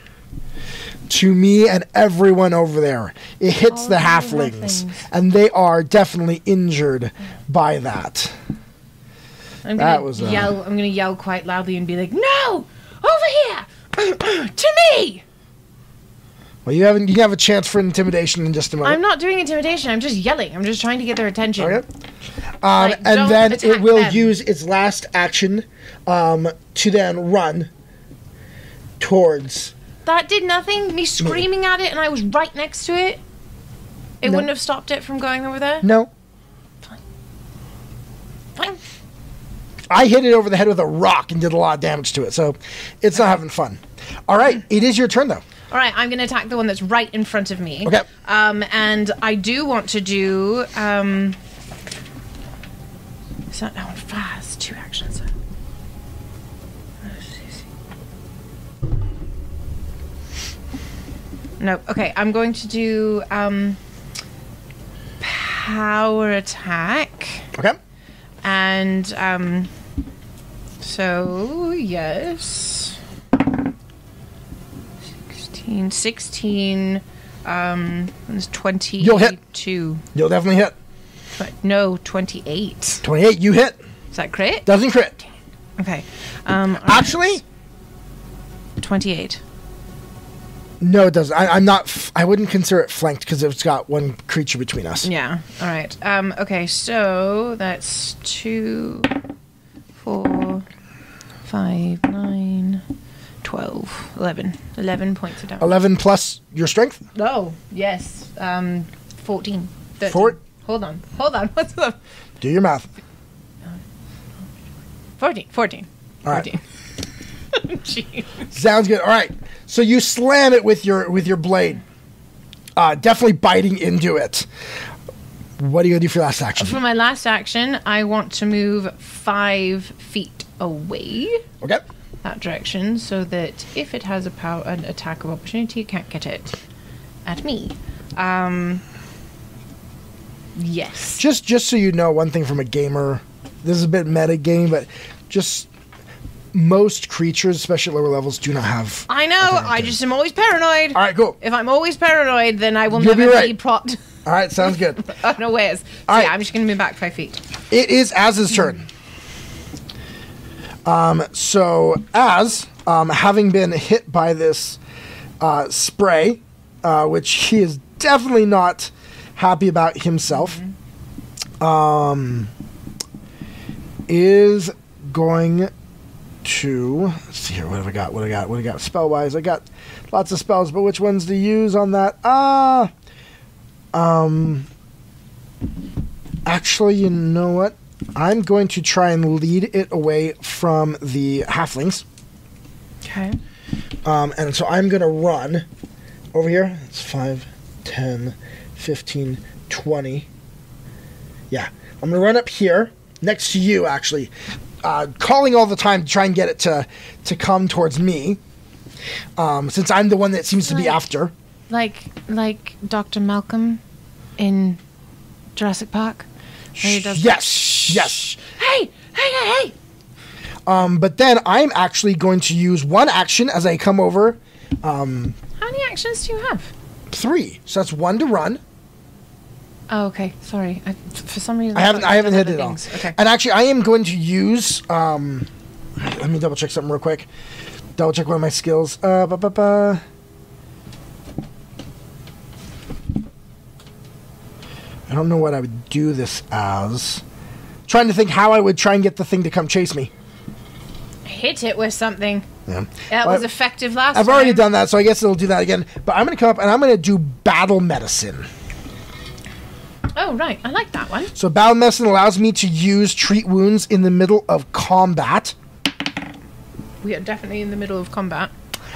to me and everyone over there. It hits
All
the
the
halflings,
halflings.
and they are definitely injured by that.
I'm gonna
That was, uh,
yell. I'm gonna yell quite loudly and be like, "No, over here, to me!"
Well, you haven't. You have a chance for intimidation in just a
I'm
moment.
not doing intimidation. I'm just yelling. I'm just trying to get their attention.
okay. Um,
Like,
and
don't
then it
attack
will
them.
use its last action um, to then run towards.
That did nothing. Me screaming at it, and I was right next to it. It
No.
wouldn't have stopped it from going over there.
No,
Fine.
I hit it over the head with a rock and did a lot of damage to it, so it's not having fun. All right, it is your turn though.
All right, I'm going to attack the one that's right in front of me.
Okay.
Um, and I do want to do. Um, is that that one fast? Two actions. No. Okay, I'm going to do um, power attack.
Okay.
And um, so, yes. 16, 16, um, it's 22.
You'll hit. You'll definitely hit.
But no, 28.
28, you hit.
Is that crit?
Doesn't crit.
Okay. Um, all right,
Actually,
28.
no, it doesn't. I, I'm not, f- I wouldn't consider it flanked because it's got one creature between us.
Yeah. All right. Um, okay, so that's two, four, five, nine, 12, 11. 11 points of damage.
11 plus your strength.
Oh, yes. Um, 14. 13.
Four-
Hold on. Hold on. What's up?
Do your math.
14. 14.
All right.
14. Jeez.
Sounds good. All right. So you slam it with your with your blade, uh, definitely biting into it. What are you gonna do for your last action?
For my last action, I want to move five feet away
Okay.
that direction so that if it has a power an attack of opportunity, it can't get it at me. Um, yes.
Just just so you know, one thing from a gamer, this is a bit meta game, but just most creatures, especially at lower levels, do not have.
I know. I just am always paranoid.
All right, cool.
If I'm always paranoid, then I will
You'll be
never be
right.
propped
All right, sounds good.
unawares. So
All
yeah,
right.
I'm just going to move back five feet.
It is Az's turn. Um, so Az, um, having been hit by this uh, spray, uh, which he is definitely not happy about himself, um, is going to let's see here. What have I got? What I got? What I got? Spell wise, I got lots of spells, but which ones to use on that? Ah, um, Actually, you know what? I'm going to try and lead it away from the halflings.
Okay.
Um, and so I'm going to run over here. It's 5, 10, 15, 20. Yeah. I'm going to run up here next to you, actually, uh, calling all the time to try and get it to, to come towards me. Um, since I'm the one that seems to be
Right.
after.
like like Dr. Malcolm in Jurassic Park. Where he does
Yes. Yes.
Hey, hey, hey, hey!
Um, but then I'm actually going to use one action as I come over.
How many actions do you have?
Three. So that's one to run.
Oh, okay. Sorry. I, for some reason,
I haven't
thought
I
you
haven't
had
hit
other
it all.
things. Okay.
And actually I am going to use um let me double check something real quick. Double check one of my skills. Uh ba ba ba. I don't know what I would do this as. Trying to think how I would try and get the thing to come chase me.
Hit it with something.
Yeah.
That
Well,
was effective last
I've
time.
already done that, so I guess it'll do that again. But I'm going to come up and I'm going to do battle medicine.
Oh, right. I like that one.
So battle medicine allows me to use treat wounds in the middle of combat,
We are definitely in the middle of combat.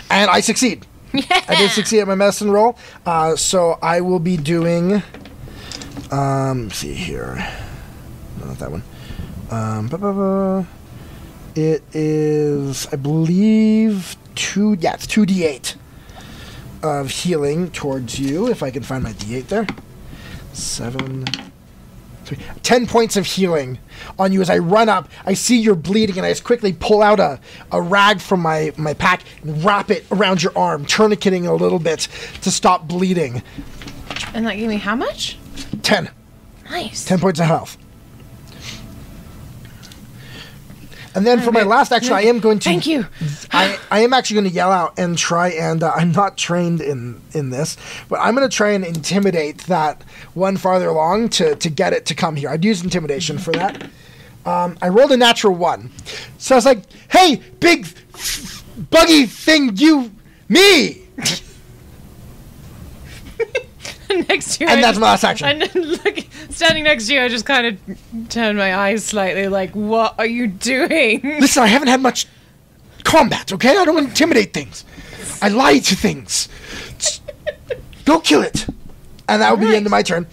and I succeed. I did succeed at my medicine roll, uh, so I will be doing. Um, let's see here, No, not that one. Um, ba, ba, ba. it is, I believe, two. Yeah, it's two d8 of healing towards you. If I can find my d8 there, seven. three- Ten points of healing on you as I run up. I see you're bleeding, and I just quickly pull out a, a rag from my, my pack and wrap it around your arm, tourniqueting a little bit to stop bleeding.
And that gave me how much?
Ten.
Nice.
Ten points of health. And then for my last action, I am going to.
Thank you.
I, I am actually going to yell out and try and uh, I'm not trained in in this, but I'm going to try and intimidate that one farther along to to get it to come here. I'd use intimidation for that. Um, I rolled a natural one, so I was like, "Hey, big f- buggy thing, you me!"
next to you,
And
I
that's
just-
my last action.
And then look, standing next to you, I just kind of turned my eyes slightly, like, "What are you doing?"
Listen, I haven't had much combat. Okay, I don't intimidate things. I lie to things. Just Go kill it, and that would be the end of my turn.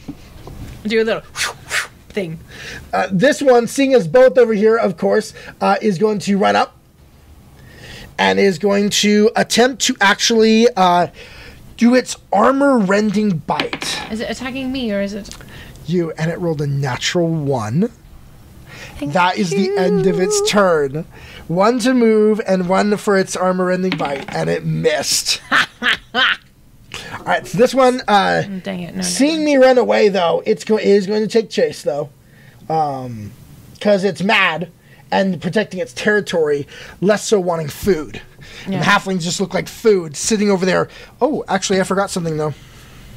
Do a little thing.
Uh, this one, seeing us both over here, of course, uh, is going to run up and is going to attempt to actually uh, do its armor rending bite.
Is it attacking me or is it?
You, and it rolled a natural one. That is the end of its turn. One to move and one for its armor rending bite, and it missed. All right, so this one. Uh,
oh, Dang it! No.
Seeing me run away, though, it's go- it is going to take chase, though, because it's mad and protecting its territory, less so wanting food. And
Yeah.
halflings just look like food sitting over there. Oh, actually, I forgot something, though.
no.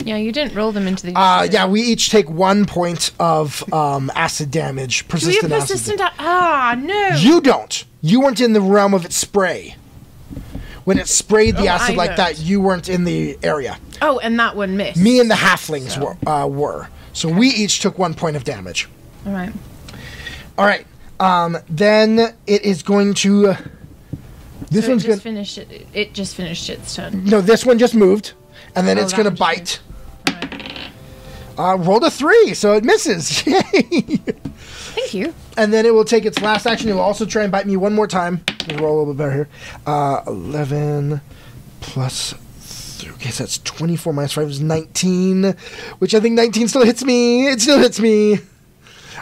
Yeah, you didn't roll them into the.
Uh, yeah, we each take one point of um, acid damage,
Do we have
persistent acid.
persistent? a- Ah, no.
You don't. You weren't in the realm of its spray. When it sprayed the
Oh,
acid
I
like that,
don't.
you weren't in the area.
oh, and that one missed.
Me and the halflings were. Uh, were. So we each took one point of damage.
All right.
All right. Um, then it is going to. uh, This
So it
one's
just
going. to
finished. It, it just finished its turn.
no, this one just moved, and then
Oh,
it's
that
going to
one
bite.
just All right.
Uh, rolled a three, so it misses. Yay!
Thank you.
and then it will take its last action. It will also try and bite me one more time. Let me roll a little bit better here. Uh, Eleven plus. th- Okay, so that's 24 minus 5 is 19, which I think 19 still hits me. It still hits me.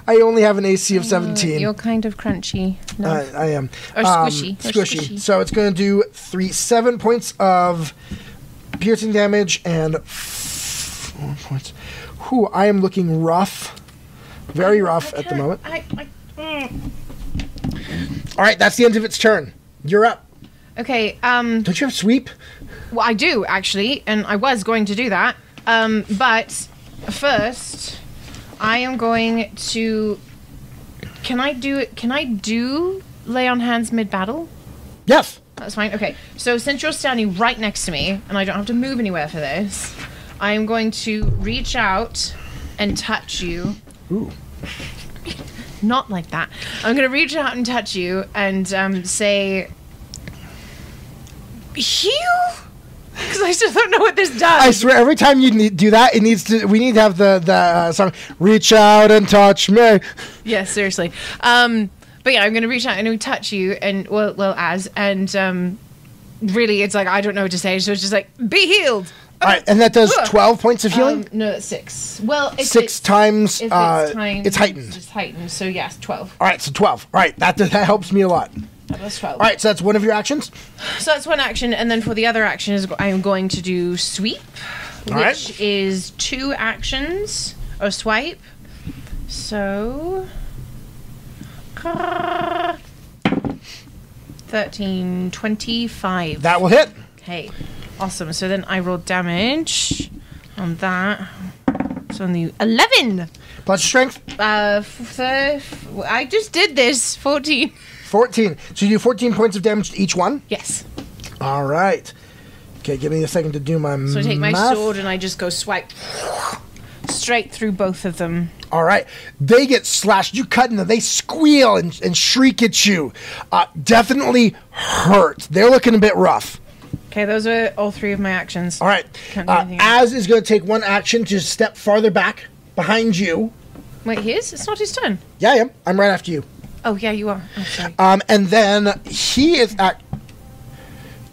I only have an AC of 17.
Uh, You're kind of crunchy. No.
Uh, I am.
Or squishy. Or
squishy.
squishy.
So it's going to do three seven points of piercing damage and f- four points. Whew, I am looking rough, very rough at the moment.
I, I,
All right, that's the end of its turn. You're up.
okay. Um.
Don't you have sweep?
Well, I do actually, and I was going to do that. Um, but first, I am going to. Can I do it? Can I do lay on hands mid battle?
Yes.
That's fine. Okay. So since you're standing right next to me, and I don't have to move anywhere for this, I am going to reach out and touch you.
Ooh.
Not like that. I'm going to reach out and touch you and um, say, "Heal," because I still don't know what this
I
does.
swear, every time you need, do that, it needs to. We need to have the the uh, song. Reach out and touch
Oh.
me.
yeah, seriously. Um, but yeah, I'm going to reach out and touch you, and well, well, as and um, really, it's like I don't know what to say. So it's just like, "Be healed."
All right, and that does 12 points of healing.
Um, no, it's six. Well, if
Six
it's,
times,
if
uh,
it's times,
it's heightened.
It's heightened. So yes, twelve.
All right, so 12. All right, that, that helps me a lot.
That's twelve.
All right, so that's one of your actions.
So that's one action, and then for the other action is I am going to do sweep, which
right.
is two actions or swipe. So thirteen twenty-five.
That will hit.
okay, awesome. So then I roll damage on that. So on the eleven.
Plus your strength,
Uh, f- f- I just did this. Fourteen.
14. So you do 14 points of damage to each one.
Yes.
All right. Okay, give me a second to do my
So I take my
math.
sword and I just go swipe straight through both of them.
All right. They get slashed. You cut into them. They squeal and, and shriek at you. Uh, definitely hurt. They're looking a bit rough.
Okay, those are all three of my actions.
All right.
Can't do
Uh,
anything else.
Az is going to take one action to step farther back behind you.
Wait, his? It's not his turn.
Yeah, I am. I'm right after you.
Oh, yeah, you are. I'm sorry.
Um, and then he is ac-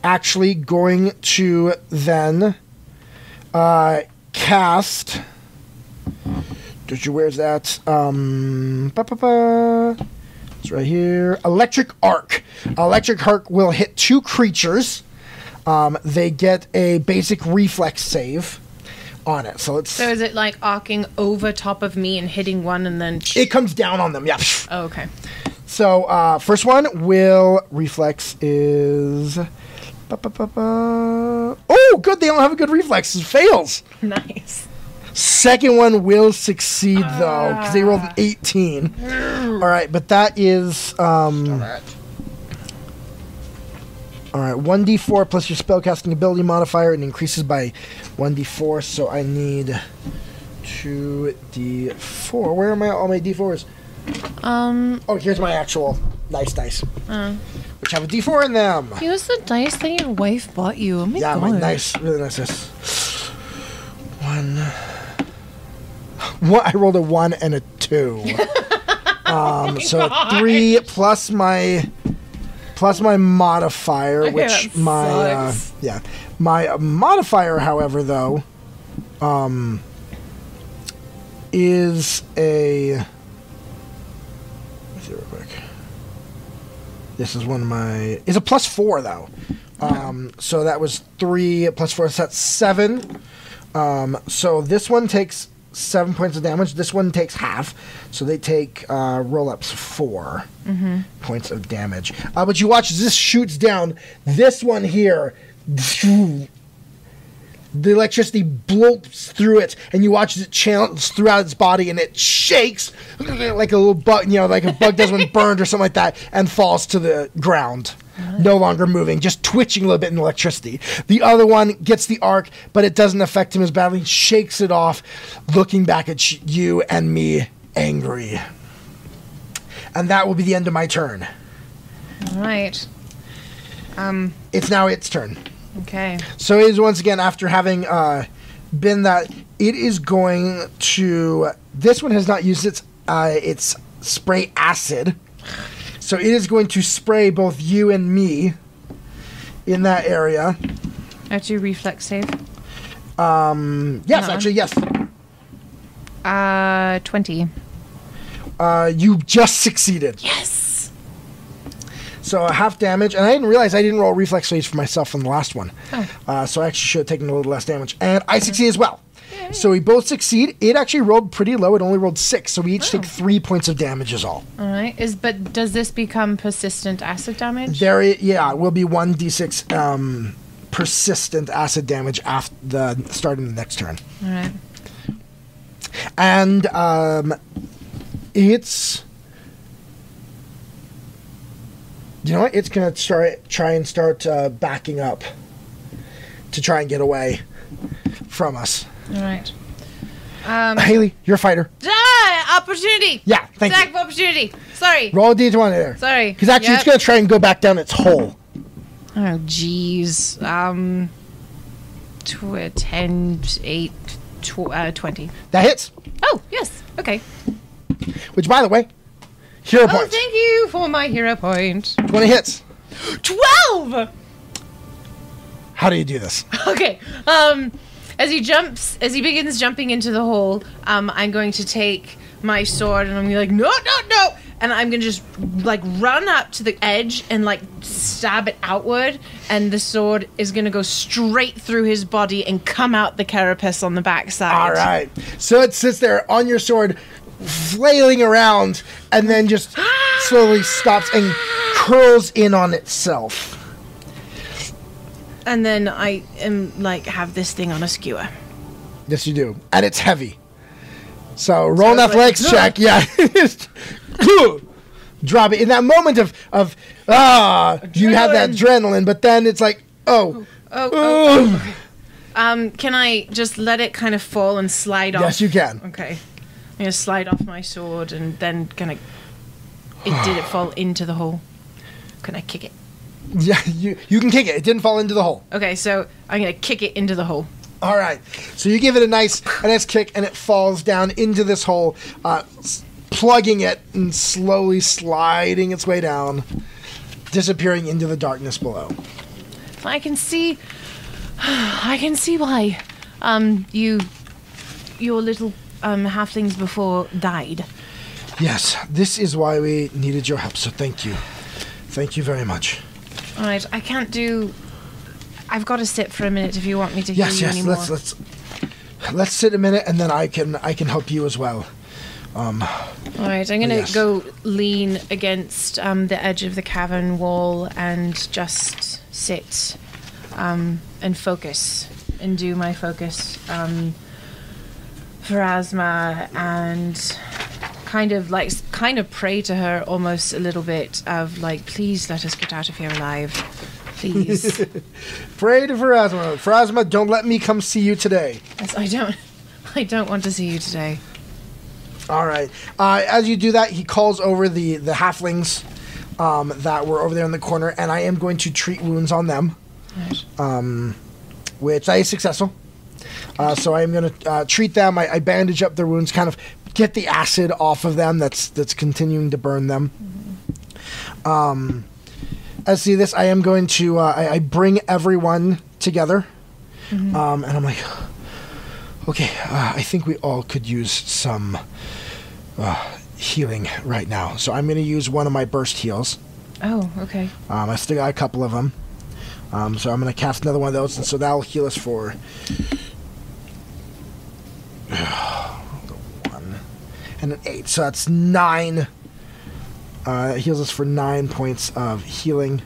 actually going to then uh, cast. Did you where's that? Um, ba, ba, ba. It's right here. Electric arc. Electric arc will hit two creatures. Um, they get a basic reflex save on it. So it's
So is it like arcing over top of me and hitting one and then.
it comes down on them. Yeah.
oh, okay.
So uh, first one will reflex is. ba, ba, ba, ba. Oh, good! They don't have a good reflex. It fails.
Nice.
Second one will succeed though because they rolled an eighteen. All right, but that is. Um, all right, one d four plus your spellcasting ability modifier and increases by one d four. So I need two d four. Where are my all my d fours?
Um,
Oh, here's my actual nice dice, which have a D4 in them.
here's the dice that your wife bought you. Oh my
Yeah,
god.
my nice, really nice dice. One. What I rolled a one and a two.
Oh
um, so three plus my plus my modifier,
Okay,
which
that
my uh,
sucks.
yeah my uh, modifier, however, though, um, is a. Let's see real quick. This is one of my is a plus four though. Um, so that was three plus four. So that's seven. Um, so this one takes seven points of damage. This one takes half. So they take uh, roll ups 4 points of damage. Uh, but you watch as this shoots down. This one here, the electricity blows through it, and you watch as it channels throughout its body, and it shakes like a little bug, you know, like a bug does when burned or something like that, and falls to the ground. No longer moving, just twitching a little bit in electricity. The other one gets the arc, but it doesn't affect him as badly. Shakes it off, looking back at sh- you and me, angry. And that will be the end of my turn.
Right. Um,
It's now its turn.
okay.
So it is once again after having uh, been that it is going to. This one has not used its uh, its spray acid, so it is going to spray both you and me in that area.
I have to do reflex save.
Um, yes,
Uh-huh.
actually, yes.
Uh, 20.
Uh, you just succeeded.
Yes!
So uh, half damage, and I didn't realize I didn't roll reflex saves for myself on the last one.
Oh.
Uh, so I actually should have taken a little less damage. And I succeed as well. So we both succeed. It actually rolled pretty low. It only rolled six. So we each take three points of damage is all.
All right. Is But does this become persistent acid damage?
There, i- yeah, will be one d6 um, persistent acid damage after the starting the next turn,
All right.
and um, it's you know what? It's gonna start try and start uh, backing up to try and get away from us.
All right. Um,
Haley, you're a fighter.
ah, opportunity.
Yeah, thank
Attack
you.
of opportunity. Sorry.
Roll a d20 there.
Sorry.
Because actually, it's
Yep.
gonna try and go back down its hole.
Oh, jeez. Um, tw- 10, 8, tw- uh, 20.
That hits.
Oh, yes. Okay.
Which, by the way, hero
Oh,
points.
thank you for my hero point.
Twenty hits.
12!
How do you do this?
Okay. Um, As he jumps, as he begins jumping into the hole, um, I'm going to take my sword and I'm gonna be like, no, no, no, and I'm gonna just like run up to the edge and like stab it outward, and the sword is gonna go straight through his body and come out the carapace on the backside.
All right. So it sits there on your sword, flailing around, and then just slowly stops and curls in on itself.
And then I am like have this thing on a skewer.
Yes, you do. And it's heavy. So roll an athletics check. Yeah. Drop it in that moment of of ah, you have that adrenaline, but then it's like oh,
Oh,
oh.
Um, can I just let it kind of fall and slide off?
yes, you can.
Okay. I'm gonna slide off my sword and then kind of. It did it fall into the hole? Can I kick it?
Yeah, you you can kick it. It didn't fall into the hole.
Okay, so I'm gonna kick it into the hole.
All right. So you give it a nice, a nice kick, and it falls down into this hole, uh, s- plugging it and slowly sliding its way down, disappearing into the darkness below.
I can see. I can see why. Um, you, your little um halflings before died.
Yes, this is why we needed your help. So thank you, thank you very much.
All right, I can't do. I've got to sit for a minute if you want me to heal
Yes,
you
yes.
anymore.
Let's let's let's sit a minute, and then I can I can help you as well.
All right, I'm gonna
Yes.
go lean against um, the edge of the cavern wall and just sit um, and focus and do my focus um, for asthma and kind of like kind of pray to her almost a little bit of like, please let us get out of here alive, please.
Pray to Phrasma. Phrasma, don't let me come see you today.
As I don't, I don't want to see you today.
All right. Uh, as you do that, he calls over the the halflings um, that were over there in the corner, and I am going to treat wounds on them,
Right.
um, which I is successful. Uh, so I am going to uh, treat them. I, I bandage up their wounds, kind of get the acid off of them that's that's continuing to burn them. Um, as see this, I am going to uh, I, I bring everyone together, um, and I'm like, okay, uh, I think we all could use some uh, healing right now. So I'm going to use one of my burst heals.
Oh, okay.
Um, I still got a couple of them. Um, so I'm going to cast another one of those, and so that'll heal us for. one and an eight. So that's nine. Uh, it heals us for nine points of healing.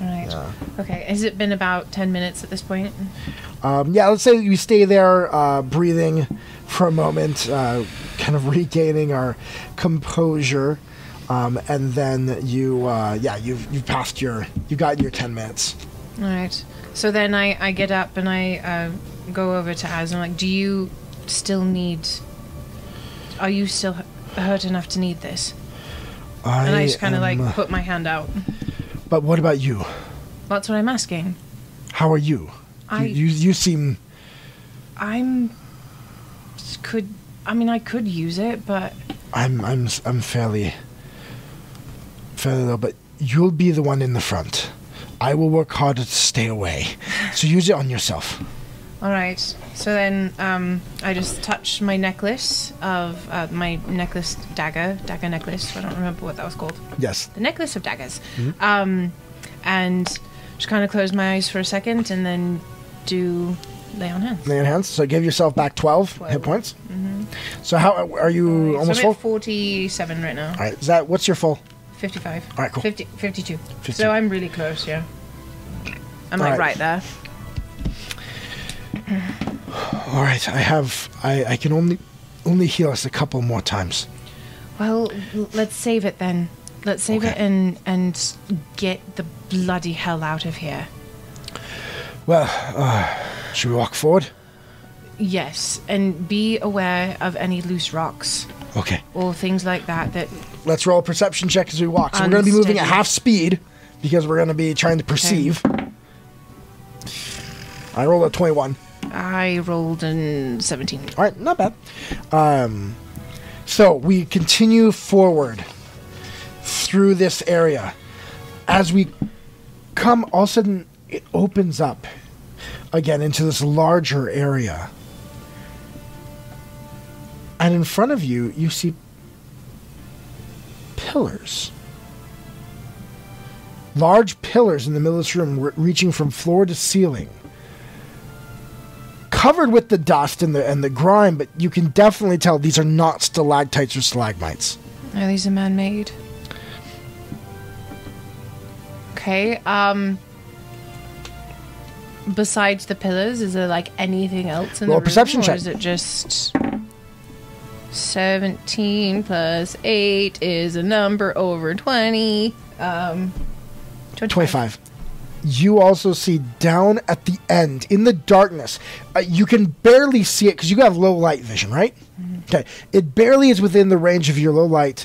All right. Okay. Has it been about ten minutes at this point?
Um, yeah, let's say you stay there uh, breathing for a moment, uh, kind of regaining our composure. Um, and then you, uh, yeah, you've, you've passed your, you've gotten your 10 minutes.
All right. So then I, I get up and I uh, go over to Az and I'm like, do you still need. Are you still hu- hurt enough to need this?
I
And I, just kind of
am- uh,
like put my hand out.
But what about you?
That's what I'm asking.
How are you?
I,
you, you, you seem
I'm. s- Could. I mean, I could use it, but.
I'm I'm s- I'm fairly fairly low, but you'll be the one in the front. I will work harder to stay away. So use it on yourself.
All right. So then um, I just touch my necklace of. Uh, my necklace dagger. Dagger necklace. I don't remember what that was called.
Yes.
the necklace of daggers.
Mm-hmm.
Um, and just kind of close my eyes for a second and then do lay on hands.
Lay on hands. So give yourself back 12, hit
Twelve. Mm-hmm.
points. So how are you
So
almost
I'm
full?
at 47 right now.
All right. Is that what's your full?
55.
All right, cool.
50, 52.
52.
So I'm really close, yeah. I'm
All
like
right.
right. there.
All right. I have I I can only only heal us a couple more times.
Well, l- let's save it then. Let's save it
Okay.
and and get the bloody hell out of here.
Well, uh, should we walk forward?
Yes, and be aware of any loose rocks
Okay.
or things like that that
Let's roll a perception check as we walk. So we're going to be moving at
Unsteady.
half speed because we're going to be trying to perceive. I rolled a 21.
I rolled in 17.
All right, not bad. Um, so we continue forward through this area. As we come, all of a sudden, it opens up. again into this larger area. And in front of you, you see pillars. Large pillars in the middle of this room, re- reaching from floor to ceiling. Covered with the dust and the, and the grime, but you can definitely tell these are not stalactites or stalagmites.
Are these a man made? Okay, um. Besides the pillars, is there like anything else in
Roll a
the room?
perception
or
check.
is it just. 17 plus 8 is a number over 20. Um. 25.
25. You also see down at the end in the darkness. Uh, you can barely see it because you have low light vision, right? Okay. It barely is within the range of your low light.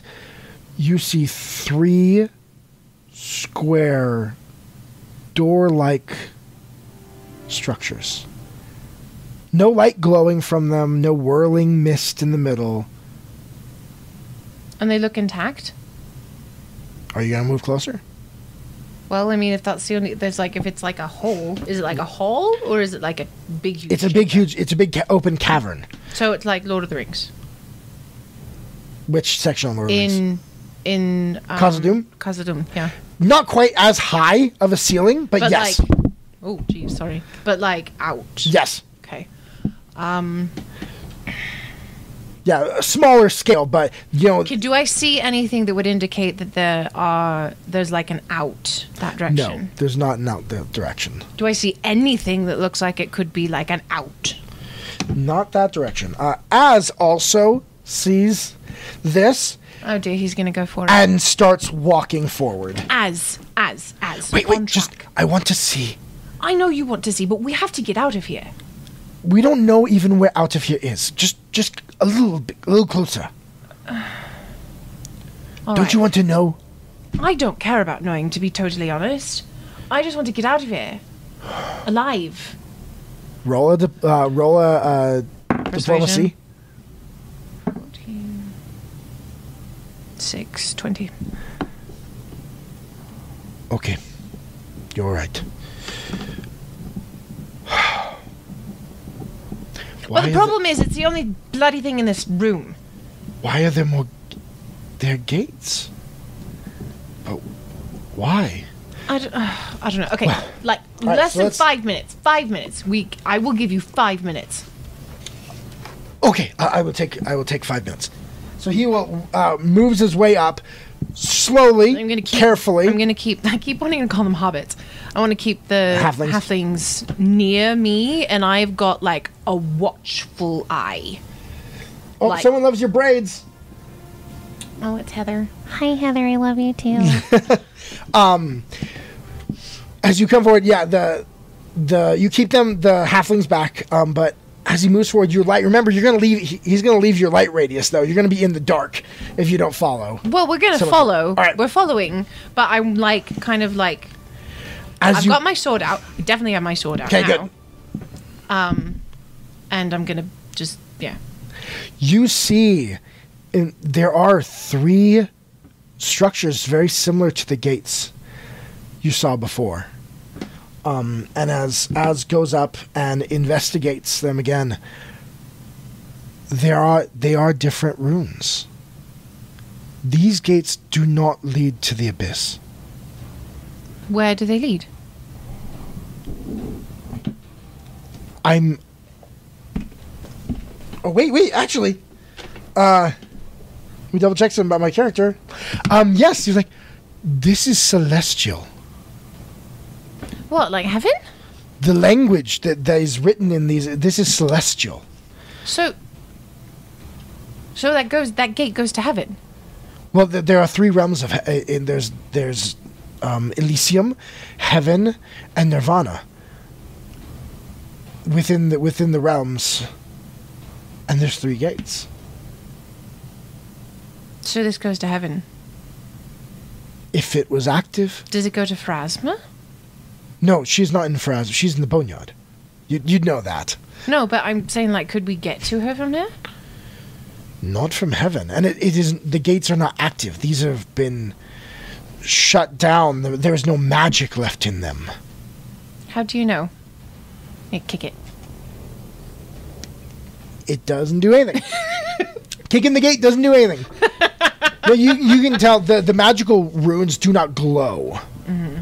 You see three square door like structures. No light glowing from them, no whirling mist in the middle.
And they look intact?
Are you going to move closer?
Well, I mean, if that's the only. There's like. If it's like a hole, is it like a hole or is it like a big, huge.
It's a big, huge, it's a big ca- open cavern.
So it's like Lord of the Rings.
Which section on the release?
in in um,
Casa Doom?
Casa Doom, yeah.
not quite as high of a ceiling, but,
But
yes,
like, oh, geez, sorry. But like, ouch.
yes,
Okay. Um.
yeah, a smaller scale, but you know,
Okay. Do I see anything that would indicate that there are there's like an out that
no,
direction?
there's not an out the direction,
Do I see anything that looks like it could be like an out?
not that direction. Uh, as also sees this
Oh dear, he's gonna go for it.
and starts walking forward.
as as as.
Wait, wait,
on
just
track.
I want to see.
I know you want to see, but we have to get out of here.
We don't know even where out of here is. Just, just a little, bit, a little closer.
All
don't
right.
you want to know?
I don't care about knowing, to be totally honest. I just want to get out of here, alive.
Roll a, dip- uh, roll a uh, diplomacy.
14, 6, 20.
Okay. You're right.
Well,
Why
the
is it-
problem is, it's the only bloody thing in this room.
why are there more there are gates? But why?
I don't, I don't know. Okay,
Well,
like
right,
less
so
than
let's-
five minutes. Five minutes. We, I will give you five minutes.
Okay, I, I will take I will take five minutes. So he will uh, moves his way up slowly,
I'm gonna keep,
carefully.
I'm gonna keep. I keep wanting to call them hobbits. I want to keep the
Halflings.
halflings near me, and I've got like a watchful eye.
oh,
like-
someone loves your braids.
Oh, it's Heather.
Hi, Heather. I love you too.
as you come forward, yeah, the the you keep them the halflings back, um, but as he moves forward, your light. Remember, you're gonna leave. he- He's gonna leave your light radius though. You're gonna be in the dark if you don't follow.
Well, we're gonna
Someone-
follow.
All right.
We're following, but I'm like kind of like
As
I've
you
got my sword out. I definitely have my sword out.
'Kay,
now.
good.
Um, and I'm gonna just yeah.
you see, in, there are three structures very similar to the gates you saw before. Um, and as as goes up and investigates them again, there are they are different rooms. These gates do not lead to the abyss.
Where do they lead?
I'm. Oh wait, wait. Actually, uh, we double checked something about my character. Um, yes, he was like, "This is celestial."
What like heaven?
The language that, that is written in these, this is celestial.
So. So that goes. That gate goes to heaven.
Well, th- there are three realms of. He- in there's there's, um, Elysium, heaven, and Nirvana. Within the within the realms. And there's three gates.
So this goes to heaven.
If it was active,
Does it go to Phrasma?
No, she's not in Fraz. She's in the Boneyard. You, you'd know that.
No, but I'm saying like, could we get to her from here?
Not from heaven. And it, it isn't. The gates are not active. These have been shut down. There there is no magic left in them.
How do you know? Yeah, kick it.
It doesn't do anything. Kicking the gate doesn't do anything. but you you can tell the the magical runes do not glow.
Mm-hmm.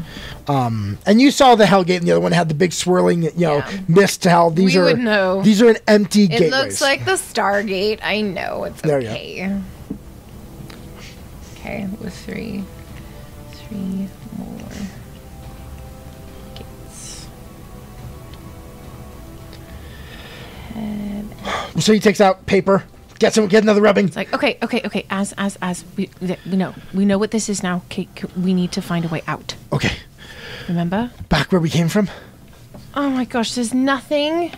Um, and you saw the hell gate, and the other one had the big swirling, you know,
Yeah.
mist. How these
We
are
would know.
these are an empty
It
gateways.
looks like the Stargate. I know it's
There you go.
okay. Okay, with three, three more gates. And
so he takes out paper, gets him, get another rubbing.
it's like okay, okay, okay. As as as we th- we know we know what this is now. Okay, c- we need to find a way out.
Okay,
Remember?
back where we came from.
Oh my gosh, there's nothing.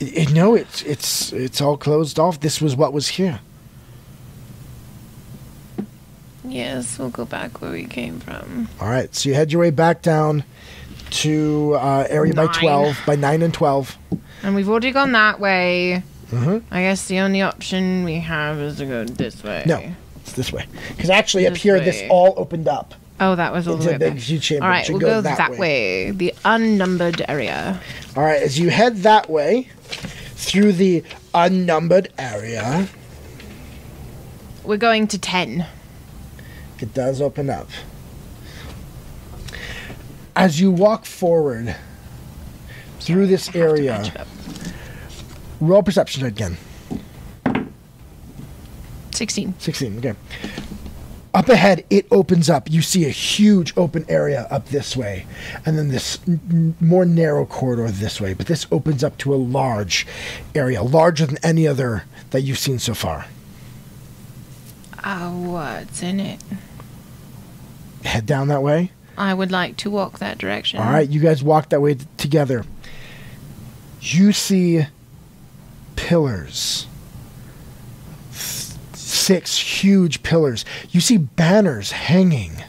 I- I- no, it's it's it's all closed off. This was what was here.
Yes, we'll go back where we came from.
All right, so you head your way back down to uh, area by
Nine.
twelve, by nine and twelve.
And we've already gone that way.
Mhm.
I guess the only option we have is to go this way.
No, it's this way. Because actually, up
This
here, this
way.
all opened up.
Oh, that was all
It's a
the way up
big,
there.
huge chamber.
All
It
right,
should
we'll
go
go,
that
that, way. The unnumbered area.
All right, as you head that way through the unnumbered area,
We're going to 10.
it does open up. As you walk forward through this area, roll perception again.
16.
16, okay. Up ahead, it opens up. You see a huge open area up this way, and then this n- n- more narrow corridor this way. But this opens up to a large area, larger than any other that you've seen so far.
Oh, what's in it?
Head down that way.
I would like to walk that direction.
All right, you guys walk that way t- together. You see pillars. S- Six huge pillars. You see banners hanging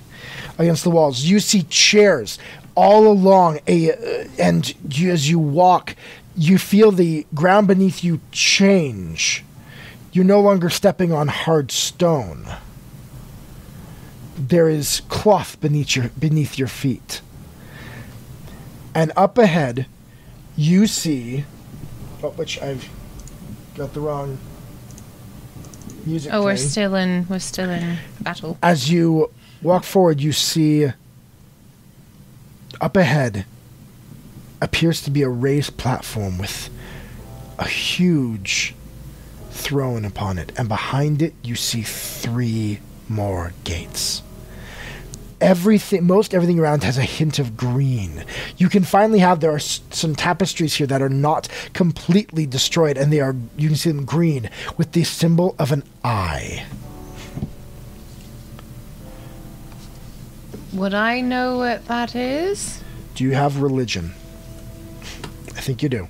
against the walls. You see chairs all along a uh, and you, as you walk, you feel the ground beneath you change. You're no longer stepping on hard stone. There is cloth beneath your beneath your feet. And up ahead, you see, oh, which I've got the wrong music.
Oh, we're
playing.
still in. We're still in battle.
As you walk forward, you see up ahead appears to be a raised platform with a huge throne upon it, and behind it, you see three more gates. Everything, most everything around has a hint of green. You can finally have there are s- some tapestries here that are not completely destroyed, and they are you can see them green with the symbol of an eye.
Would I know what that is?
Do you have religion? I think you do.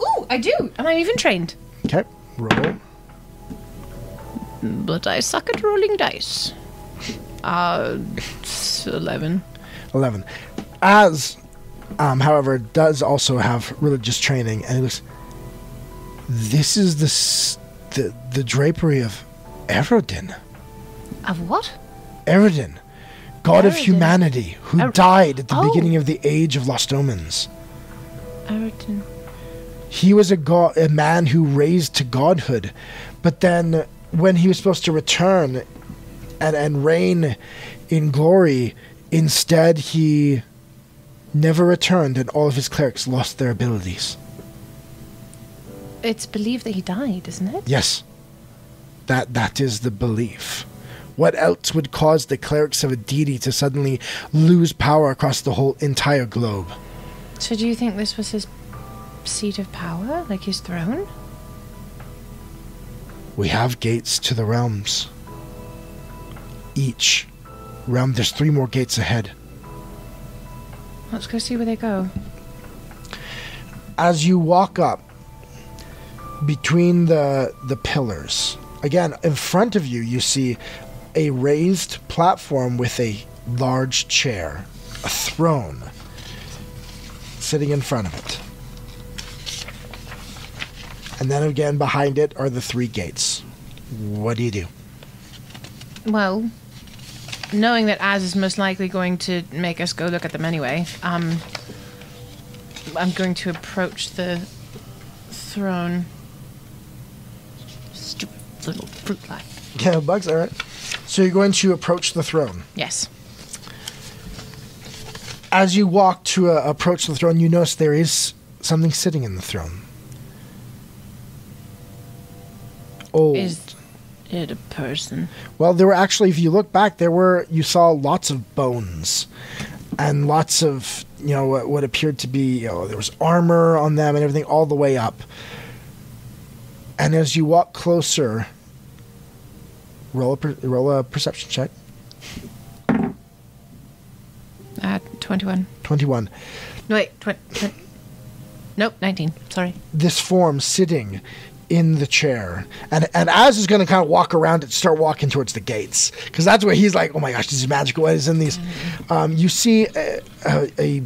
Ooh, I do. Am I even trained?
Okay. Roll.
But I suck at rolling dice. Uh, it's 11.
11. As, um, however, does also have religious training, and it looks. This is the, s- the, the drapery of Everdin.
Of what?
Everdin, god of
Everdin.
humanity, who
Er-
died at the
Oh.
beginning of the Age of Lost Omens.
Aridin.
he was a god, a man who raised to godhood, but then when he was supposed to return and and reign in glory, instead he never returned, and all of his clerics lost their abilities.
It's believed that he died, isn't it?
Yes, that that is the belief. What else would cause the clerics of a deity to suddenly lose power across the whole entire globe?
So do you think this was his seat of power, like his throne?
We have gates to the realms. Each realm, there's three more gates ahead.
Let's go see where they go.
As you walk up between the the pillars, again in front of you, you see a raised platform with a large chair, a throne, sitting in front of it. And then again behind it are the three gates. What do you do?
Well, knowing that Az is most likely going to make us go look at them anyway, um, I'm going to approach the throne. Stupid little fruit fly.
Can of bugs, all right. So you're going to approach the throne.
Yes.
As you walk to uh, approach the throne, you notice there is something sitting in the throne. Old.
Is it a person?
Well, there were actually, if you look back, there were you saw lots of bones, and lots of you know what, what appeared to be you know there was armor on them and everything all the way up. And as you walk closer, roll a per, roll a perception check.
Uh, 21.
Twenty one.
No, wait, 20. nope, 19. Sorry.
This form sitting in the chair, and and Az is going to kind of walk around it, start walking towards the gates, because that's where he's like, oh my gosh, this is magical. What is in these? Um, you see a, a, a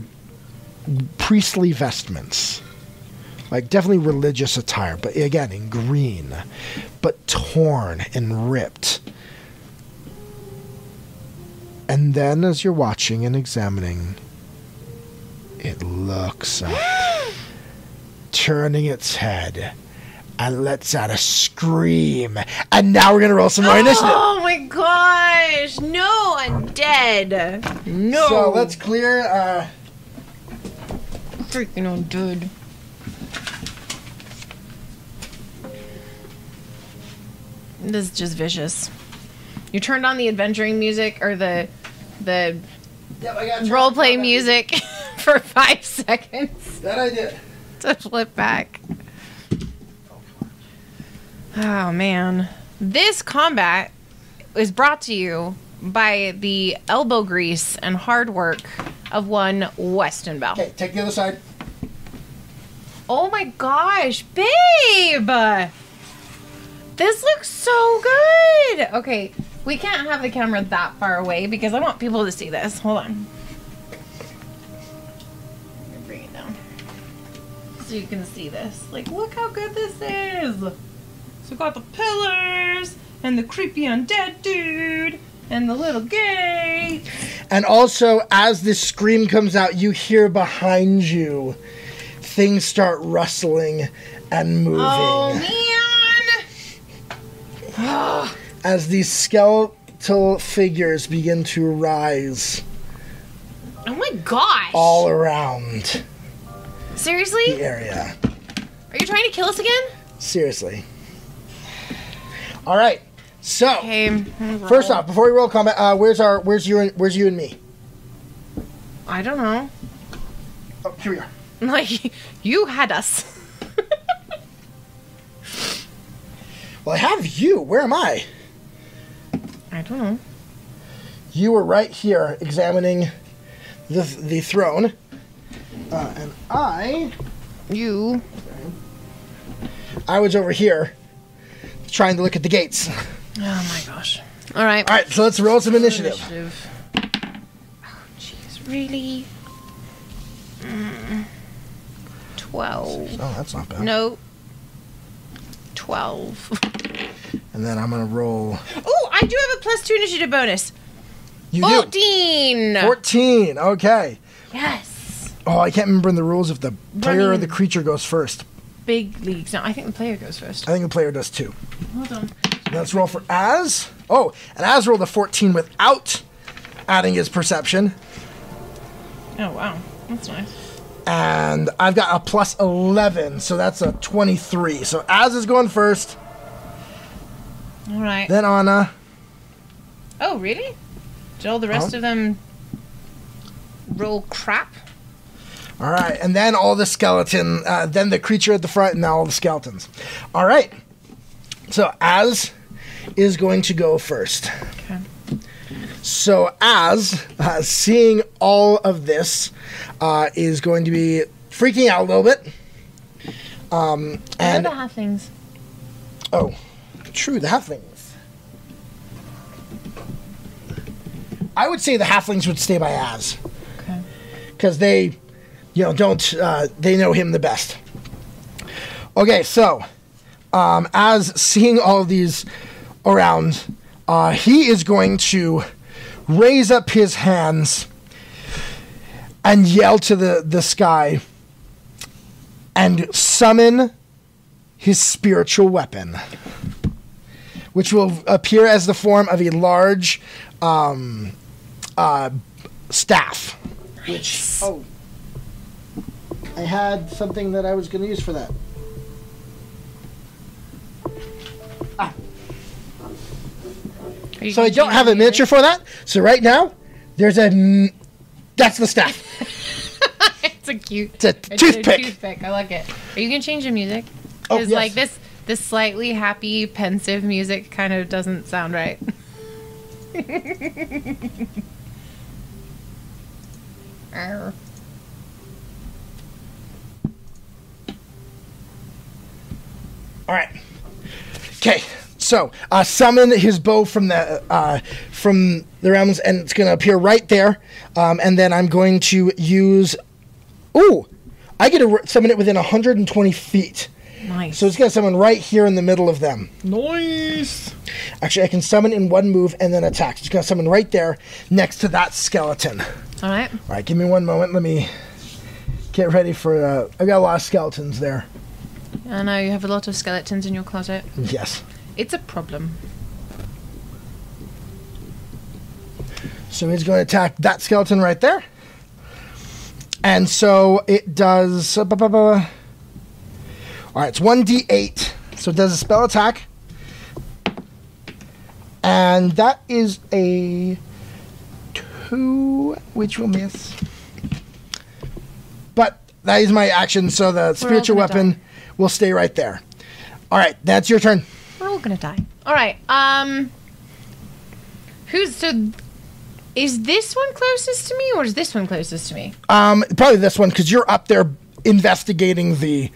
priestly vestments, like definitely religious attire, but again in green, but torn and ripped. And then, as you're watching and examining, it looks up, turning its head, and lets out a scream. And now we're gonna roll some more initiative.
Oh my gosh! No, I'm dead. No.
So let's clear. Uh,
freaking on dude. This is just vicious. You turned on the adventuring music or the the role play music for five seconds
That I did.
to flip back. Oh man. This combat is brought to you by the elbow grease and hard work of one Weston Bell.
Okay, take the other side.
Oh my gosh, babe! This looks so good! Okay, we can't have the camera that far away because I want people to see this. Hold on. Let me Bring it down. So you can see this. Like, look how good this is! So we got the pillars, and the creepy undead dude, and the little gate.
And also, as this scream comes out, you hear behind you things start rustling and moving
Oh man!
as these skeletal figures begin to rise
Oh my gosh!
all around
Seriously?
the area.
Are you trying to kill us again?
Seriously. All right. So,
Okay.
first off, before we roll combat, uh, where's our where's you and where's you and me?
I don't know.
Oh, here we are.
Like you had us.
Well, I have you. Where am I?
I don't know.
you were right here examining the the throne, uh, and I
You.
I was over here trying to look at the gates. All
Oh my gosh. All right.
right, so let's roll some initiative.
Oh jeez, really? Mm. Twelve.
Oh, that's not bad.
No. Twelve.
And then I'm gonna roll.
Oh, I do have a plus two initiative bonus.
You
Oh,
do
Fourteen.
fourteen. Okay.
Yes.
Oh, I can't remember in the rules if the player or
Running.
the creature goes first.
Big leagues. No, I think the player goes first.
I think the player does too.
Hold on.
Let's roll for Az. Oh, and Az rolled a fourteen without adding his perception.
Oh wow, that's nice.
and I've got a plus 11, so that's a 23. So Az is going first,
All right.
then Anna.
Oh, really? Did all the rest
Huh?
of them roll crap?
All right, and then all the skeleton, uh, then the creature at the front, and now all the skeletons. All right, so Az is going to go first.
Okay.
So Az, uh, seeing all of this, uh, is going to be freaking out a little bit. Um, and
the halflings.
Oh, true, the halflings. I would say the halflings would stay by Az
Okay.
because they, you know, don't uh, they know him the best. Okay, so um, as seeing all these around, uh, he is going to raise up his hands and yell to the the sky, and summon his spiritual weapon, which will appear as the form of a large um, uh, staff. Which, oh, I had something that I was going to use for that.
Are you
So I
gonna
don't
change
have a
your
miniature for that. So right now, there's a. m- That's the staff.
music? it's a cute.
It's a toothpick.
toothpick. I like it. Are you gonna change the music?
Oh,
Because
yes.
like this, this slightly happy, pensive music kind of doesn't sound right. Arr.
All right. Okay. So uh, summon his bow from the uh, from the realms, and it's going to appear right there. Um, and then I'm going to use. Ooh, I get to re- summon it within 120 feet.
nice.
So it's going to summon right here in the middle of them.
Nice.
Actually, I can summon in one move and then attack. It's going to summon right there next to that skeleton.
All right.
All right, give me one moment. Let me get ready for. Uh, I got a lot of skeletons there.
I know you have a lot of skeletons in your closet.
Yes.
It's a problem.
So he's going to attack that skeleton right there. And so it does. uh, ba- ba- ba- All right, it's 1d8. So it does a spell attack. And that is a 2, which will miss. But that is my action, so the spiritual
gonna
weapon
die.
will stay right there. All right, that's your turn.
We're all gonna die. All right. Um. Who's so? Is this one closest to me, or is this one closest to me?
Um, probably this one because you're up there investigating the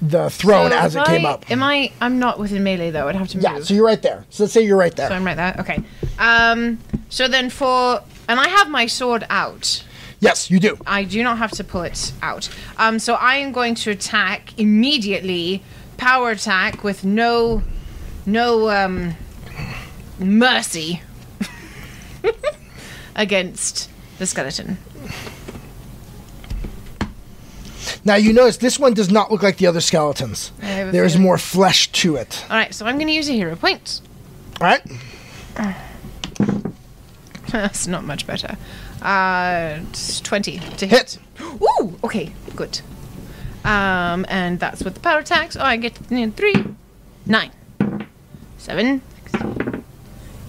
the throne
So
as
if
it came
I-
up.
Am I? I'm not within melee though. I'd have to move.
yeah, so you're right there. So let's say you're right there.
So I'm right there. Okay. Um. So then for and I have my sword out.
yes, you do.
I do not have to pull it out. Um. So I am going to attack immediately. Power attack with no, no um, mercy against the skeleton.
Now you notice this one does not look like the other skeletons.
have a
There is
feeling.
more flesh to it.
All right. So I'm going to use a hero point.
All right.
That's not much better. Uh, it's 20 to
Hit.
hit. Ooh, okay, good. Um, and that's with the power attacks. Oh, I get you know, three, nine, seven,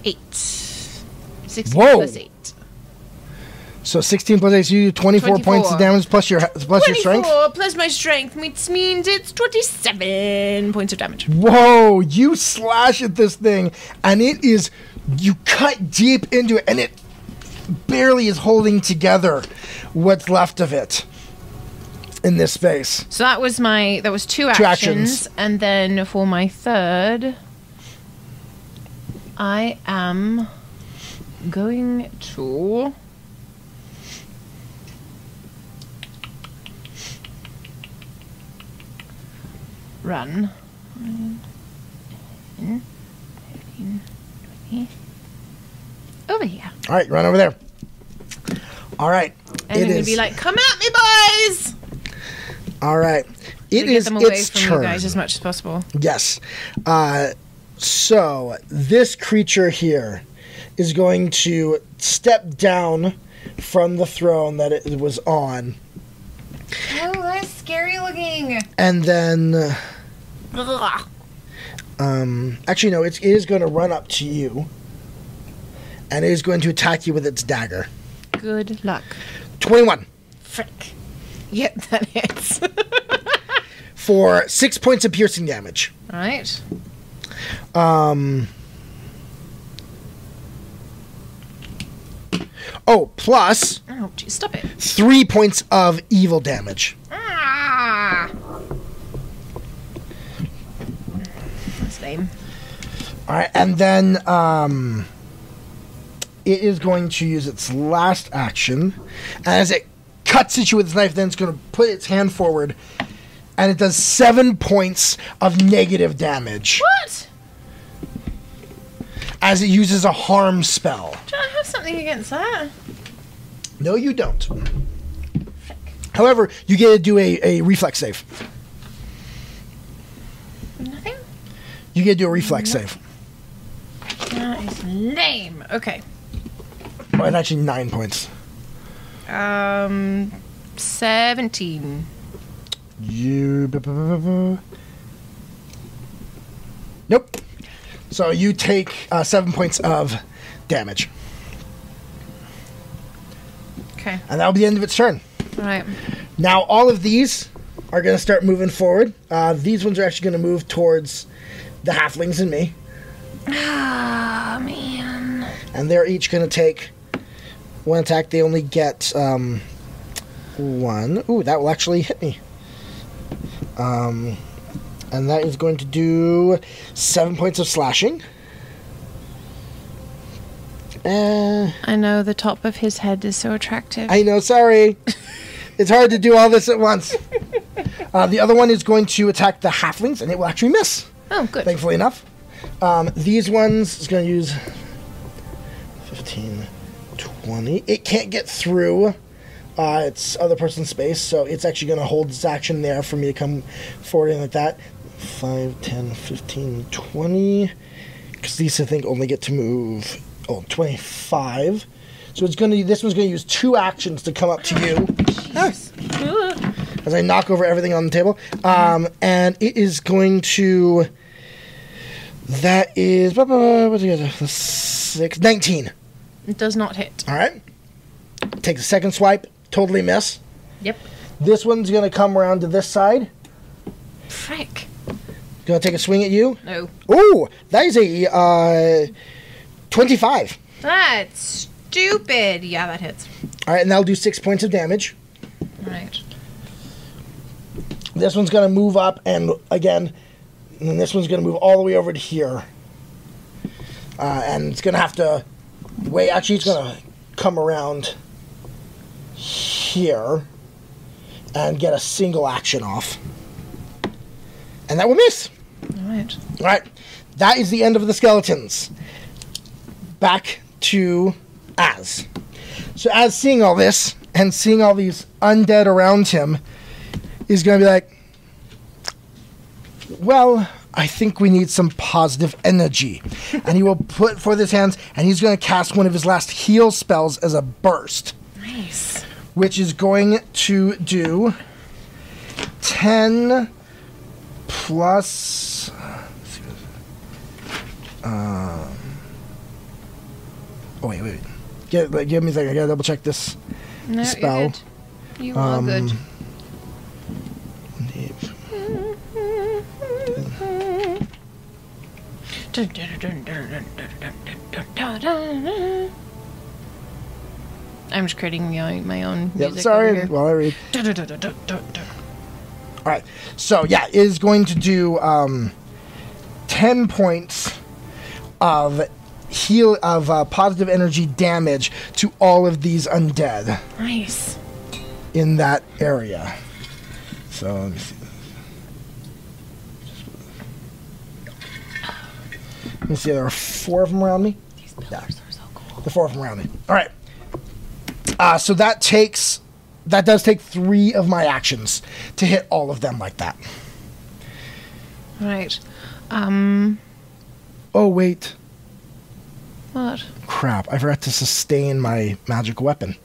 eight, six
Whoa.
plus eight.
So 16 plus 8, so you do 24, points of
24.
damage plus your plus your
24
strength.
plus my strength, which means it's 27 points of damage.
Whoa! You slash at this thing, and it is you cut deep into it, and it barely is holding together what's left of it in this space.
So that was my that was two actions,
actions.
and then for my third, I am going to. Run. 15, 20, Over here.
All right, run over there. All right.
And I'm
it
going to
is.
be like, come at me, boys!
all right. It
To get
is
them away
its
from
turn.
you guys as much as possible.
Yes. Uh, so this creature here is going to step down from the throne that it was on,
Oh, that's scary looking.
and then
Ugh.
um, actually no, it's, it is going to run up to you, and it is going to attack you with its dagger.
Good luck.
Twenty-one
Frick. Yep, that hits.
for six points of piercing damage.
Alright.
Um. Oh, plus
Oh, geez, stop it.
three points of evil damage.
Ah! That's lame.
All right, and then um, it is going to use its last action, and as it cuts at you with its knife, then it's going to put its hand forward, and it does seven points of negative damage
What?
as it uses a harm spell.
Do I have something against that?
No, you don't. However, you get to do a, a reflex save. you gotta do a reflex save.
That is lame. Okay.
Well, it's actually nine points.
Um, 17.
You. Nope. So you take uh, seven points of damage,
Okay.
and that'll be the end of its turn.
All right.
Now all of these are going to start moving forward. Uh, these ones are actually going to move towards the halflings and me,
Ah, man.
and they're each going to take one attack. They only get um, one. Ooh, that will actually hit me. Um, and that is going to do seven points of slashing. Uh,
I know the top of his head is so attractive.
I know, sorry. it's hard to do all this at once. Uh, the other one is going to attack the halflings, and it will actually miss.
oh, good.
thankfully enough. Um, these ones is going to use 15, 20. It can't get through uh, its other person's space, so it's actually going to hold its action there for me to come forward in like that. 5, 10, 15, 20. Because these, I think, only get to move oh, 25. So it's going to this one's going to use two actions to come up to you as I knock over everything on the table. Um, and it is going to. That is. Blah, blah, blah, what's the other? Six, 19.
It does not hit.
All right. Take the second swipe. Totally miss.
Yep.
This one's going to come around to this side.
Frick.
Going to take a swing at you.
No.
Ooh, that is a uh, 25.
That's stupid. Yeah, that hits.
All right, and that'll do six points of damage.
All right.
This one's going to move up and again, and then this one's going to move all the way over to here. Uh, and it's going to have to wait. Actually, it's going to come around here and get a single action off. And that will miss.
All right.
All right. That is the end of the skeletons. Back to Az. So Az seeing all this and seeing all these undead around him is going to be like, well, I think we need some positive energy. and he will put forth his hands and he's going to cast one of his last heal spells as a burst,
Nice.
which is going to do 10 plus um, Oh wait, wait. wait. Give, wait, give me a second. I gotta double check this.
No,
Spell. Um,
you're good. You are good. Dun, dun, dun, dun, dun, dun, dun, dun, dun, dun, dun. I'm just creating my own, my own
Yep,
music.
sorry.
over here.
While I read.
Dun, dun, dun, dun, dun, dun, dun.
All right. So yeah, it is going to do um, ten points of heal of uh, positive energy damage to all of these undead
Nice.
in that area. So let me see. Let me see. There are four of them around me.
These pillars are so cool.
the four of them around me. All right. Uh, so that takes that does take three of my actions to hit all of them like that.
Right. Um.
Oh wait,
What?
crap! I forgot to sustain my magic weapon.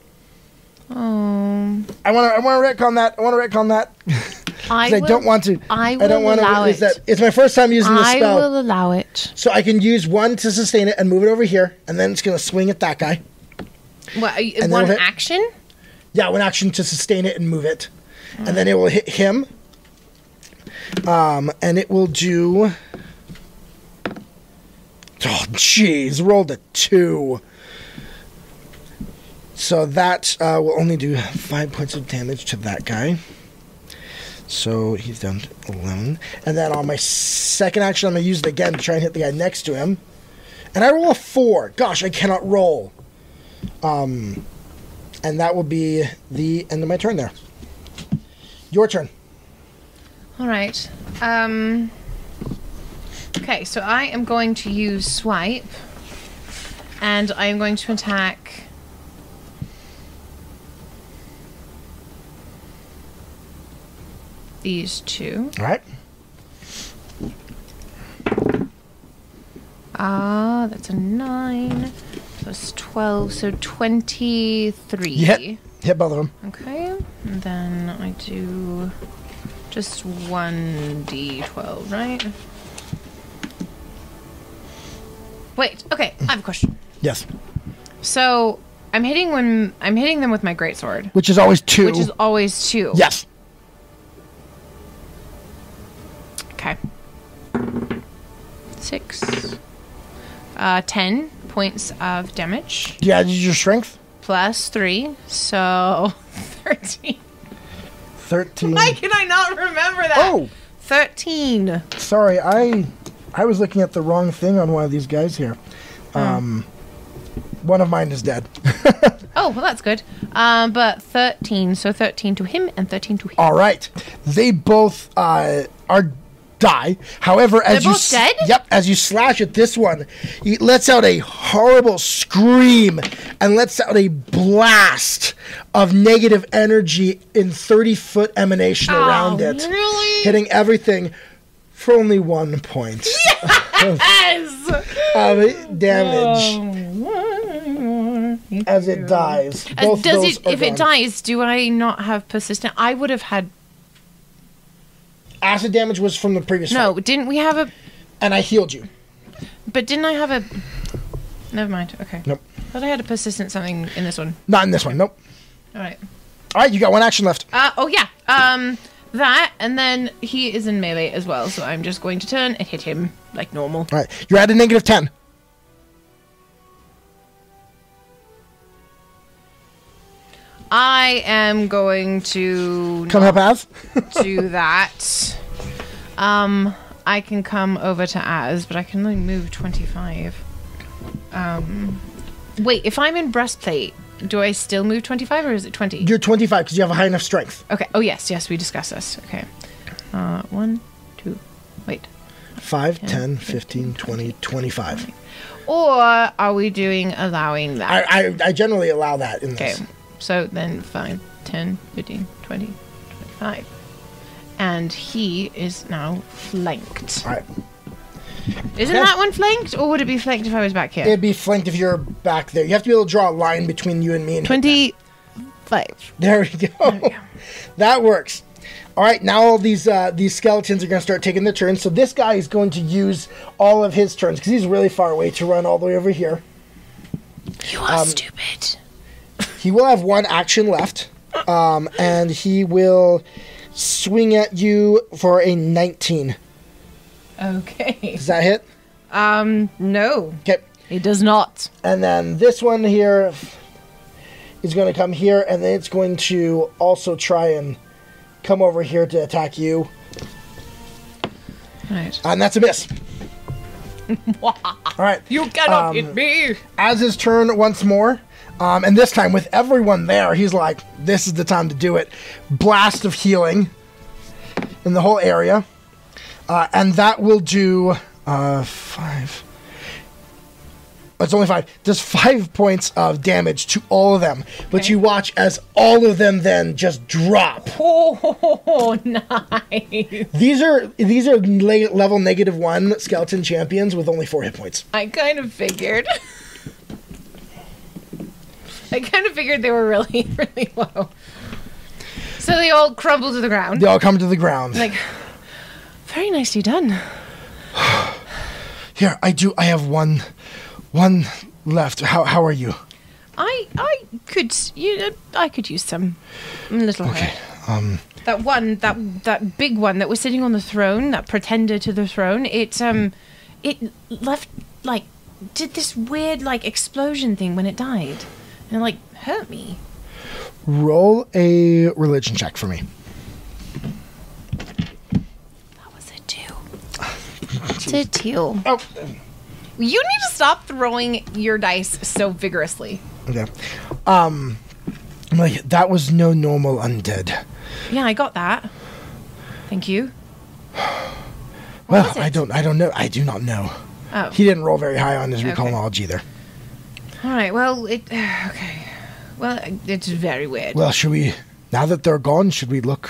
Um.
I want to. I want to retcon that. I want to retcon that. 'Cause I,
will-
don't want to.
I
I don't
will
want
allow
to. Is
it.
that? It's my first time using this
I
spell,
will allow it.
so I can use one to sustain it and move it over here, and then it's gonna swing at that guy.
What? are you-
then
One
we'll hit-
action?
Yeah, one action to sustain it and move it, and then it will hit him. Um, and it will do. Oh, jeez, rolled a two. So that uh, will only do five points of damage to that guy. So he's down to 11. And then on my second action, I'm going to use it again to try and hit the guy next to him. And I roll a four. Gosh, I cannot roll. And that will be the end of my turn there. Your turn.
All right. Um, okay, so I am going to use swipe, and I am going to attack. These two.
All right.
Ah, that's a nine plus twelve, so twenty-three.
You hit, hit both of them.
Okay, and then I do just one d12, right? Wait. Okay, I have a question.
Yes,
So I'm hitting when I'm hitting them with my greatsword,
which is always two.
which is always two.
yes.
Okay. Six. Uh, ten points of damage
Do you add your strength?
plus three, so thirteen.
Hmm. Thirteen.
Why can I not remember that?
Oh,
Thirteen.
sorry. I I was looking at the wrong thing on one of these guys here. Um, one of mine is dead.
Oh well, that's good. Um, but thirteen, so thirteen to him and thirteen to him.
All right. They both uh, are die. However, as
They're
you
both dead?
yep, as you slash at this one, he lets out a horrible scream and lets out a blast of negative energy in thirty foot emanation around it,
Oh, really?
hitting everything for only one point
Yes. Oh,
of damage as it dies.
And
Both
does
those
it?
are
If it
gone.
dies, do I not have persistent? I would have had.
acid damage was from the previous
No,
fight,
didn't we have a?
and I healed you.
But didn't I have a? Never mind. Okay.
Nope.
Thought I had a persistent something in this one.
Not in this one. Nope.
All right.
All right, you got one action left.
Uh, oh yeah. Um, that and then he is in melee as well, so I'm just going to turn and hit him like normal.
All right, you're at a negative 10.
I am going to
Come help Az.
not do that. Um, I can come over to Az, but I can only move 25. Um, wait, if I'm in breastplate, do I still move 25 or is it 20?
You're 25 because you have a high enough strength.
Okay. Oh yes, yes, we discussed this. Okay. Uh, one, two. Wait.
5, 10, 15, 20, 25.
Or are we doing allowing that?
I, I, I generally allow that in
Okay.
this.
So then 5, 10, 15, 20, 25. And he is now flanked.
All right.
Isn't
Okay.
that one flanked? Or would it be flanked if I was back here?
It'd be flanked if you're back there. You have to be able to draw a line between you and me. And hit them.
25.
There we go. that works. All right, now all these uh, these skeletons are going to start taking their turns. So this guy is going to use all of his turns because he's really far away to run all the way over here.
You are stupid.
He will have one action left, um, and he will swing at you for a 19.
Okay.
Does that hit?
Um, no,
Okay.
it does not.
And then this one here is going to come here, and then it's going to also try and come over here to attack you.
Right.
And that's a miss. All right.
You cannot hit me.
As his turn once more, um, and this time with everyone there, he's like, this is the time to do it. Blast of healing in the whole area. Uh, and that will do uh, five. It's only five. Does five points of damage to all of them. But you watch as all of them then just drop.
Oh, nice.
These are these are le- level negative one skeleton champions with only four hit points.
I kind of figured. I kind of figured they were really, really low. So they all crumble to the ground.
They all come to the ground.
Like, very nicely done.
Here, I do. I have one, one left. How how are you?
I, I could, you, know, I could use some I'm a little. Okay. Um. That one, that that big one that was sitting on the throne, that pretender to the throne. It um, it left like did this weird like explosion thing when it died, and it, like hurt me.
Roll a religion check for me.
That was a two.
To two.
Oh,
You need to stop throwing your dice so vigorously.
okay. Um, I'm like that was no normal undead.
Yeah, I got that. Thank you.
Well,
was
I
it?
don't. I don't know. I do not know.
Oh.
He didn't roll very high on his recall
Okay.
knowledge either.
All right. Well, it okay. Well, it's very weird.
Well, should we? Now that they're gone, should we look,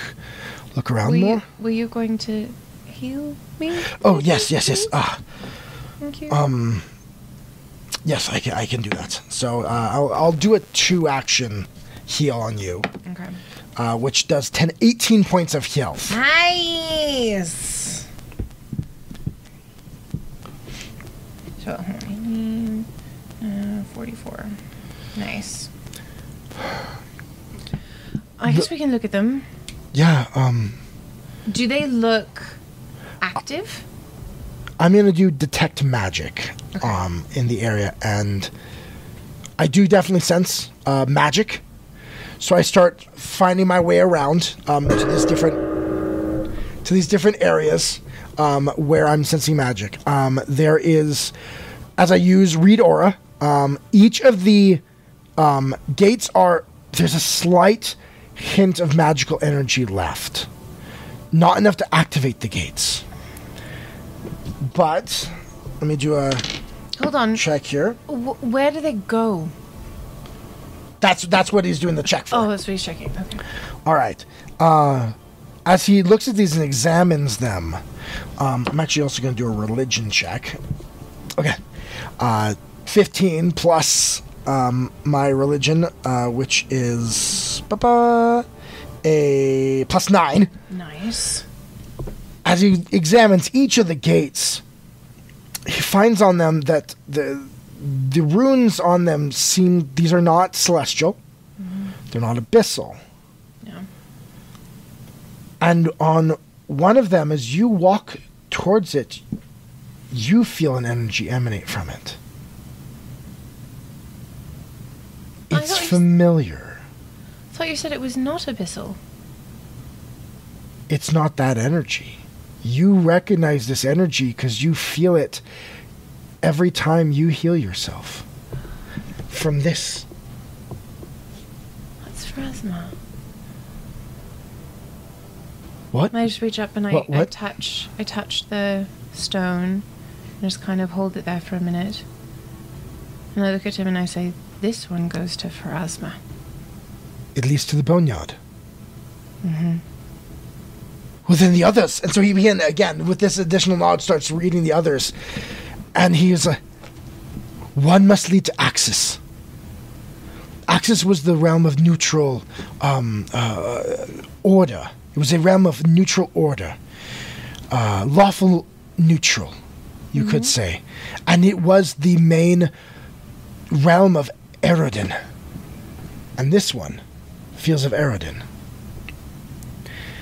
look around
were
more?
you, were you going to heal me?
Oh yes, yes, yes. Ah,
Thank you.
Um, yes, I can, I can do that. So uh, I'll, I'll do a two action heal on you,
okay.
uh, which does 10, 18 points of health.
Nice. So, hmm, uh, 44. Nice. I guess we can look at them.
Yeah, um,
Do they look active?
I'm going to do detect magic
Okay.
um, in the area, and I do definitely sense uh, magic. So I start finding my way around um, to these different to these different areas um, where I'm sensing magic. Um, there is, as I use read aura, um, each of the um, gates are there's a slight hint of magical energy left, not enough to activate the gates, but let me do a
Hold on.
check here.
Wh- where do they go?
That's that's what he's doing the check for.
Oh, that's what he's checking. Okay.
All right. Uh, as he looks at these and examines them, um, I'm actually also going to do a religion check. Okay. Uh, 15 plus um, my religion, uh, which is ba-ba, a plus 9.
Nice.
As he examines each of the gates, he finds on them that the the runes on them seem these are not celestial. They're not abyssal.
Mm-hmm. Yeah.
And on one of them, as you walk towards it, you feel an energy emanate from it.
I
It's
thought you-
familiar.
Thought you said it was not abyssal.
It's not that energy. You recognize this energy because you feel it every time you heal yourself. From this.
That's Phrasma.
What?
I just reach up and I,
What-
I
what?
touch I touch the stone and just kind of hold it there for a minute. And I look at him and I say, This one goes to Phrasma.
It leads to the boneyard. Well, then the others. And so he began again with this additional knowledge, starts reading the others. And he is like, one must lead to Axis. Axis was the realm of neutral um, uh, order, it was a realm of neutral order, uh, lawful neutral, you could say. And it was the main realm of Erodin. And this one feels of Erodin.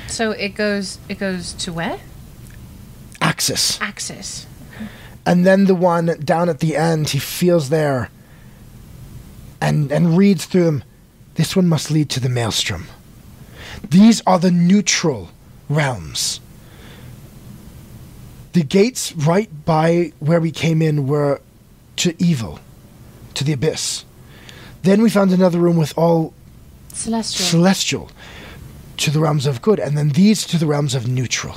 So it goes it goes to where?
Axis.
Axis.
and then the one down at the end he feels there and and reads through them this one must lead to the maelstrom these are the neutral realms the gates right by where we came in were to evil to the abyss then we found another room with all
Celestial.
celestial to the realms of good and then these to the realms of neutral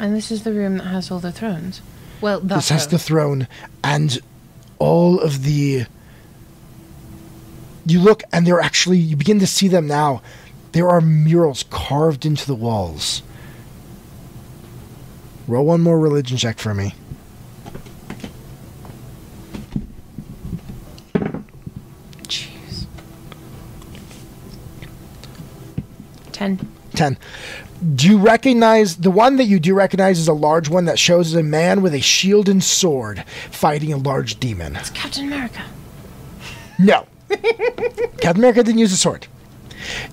and this is the room that has all the thrones. Well, the
this has the
throne.
throne and all of the you look and they're actually you begin to see them now there are murals carved into the walls roll one more religion check for me
Jeez. Ten.
10 do you recognize the one that you do recognize is a large one that shows a man with a shield and sword fighting a large demon
It's Captain America.
No. Captain America didn't use a sword.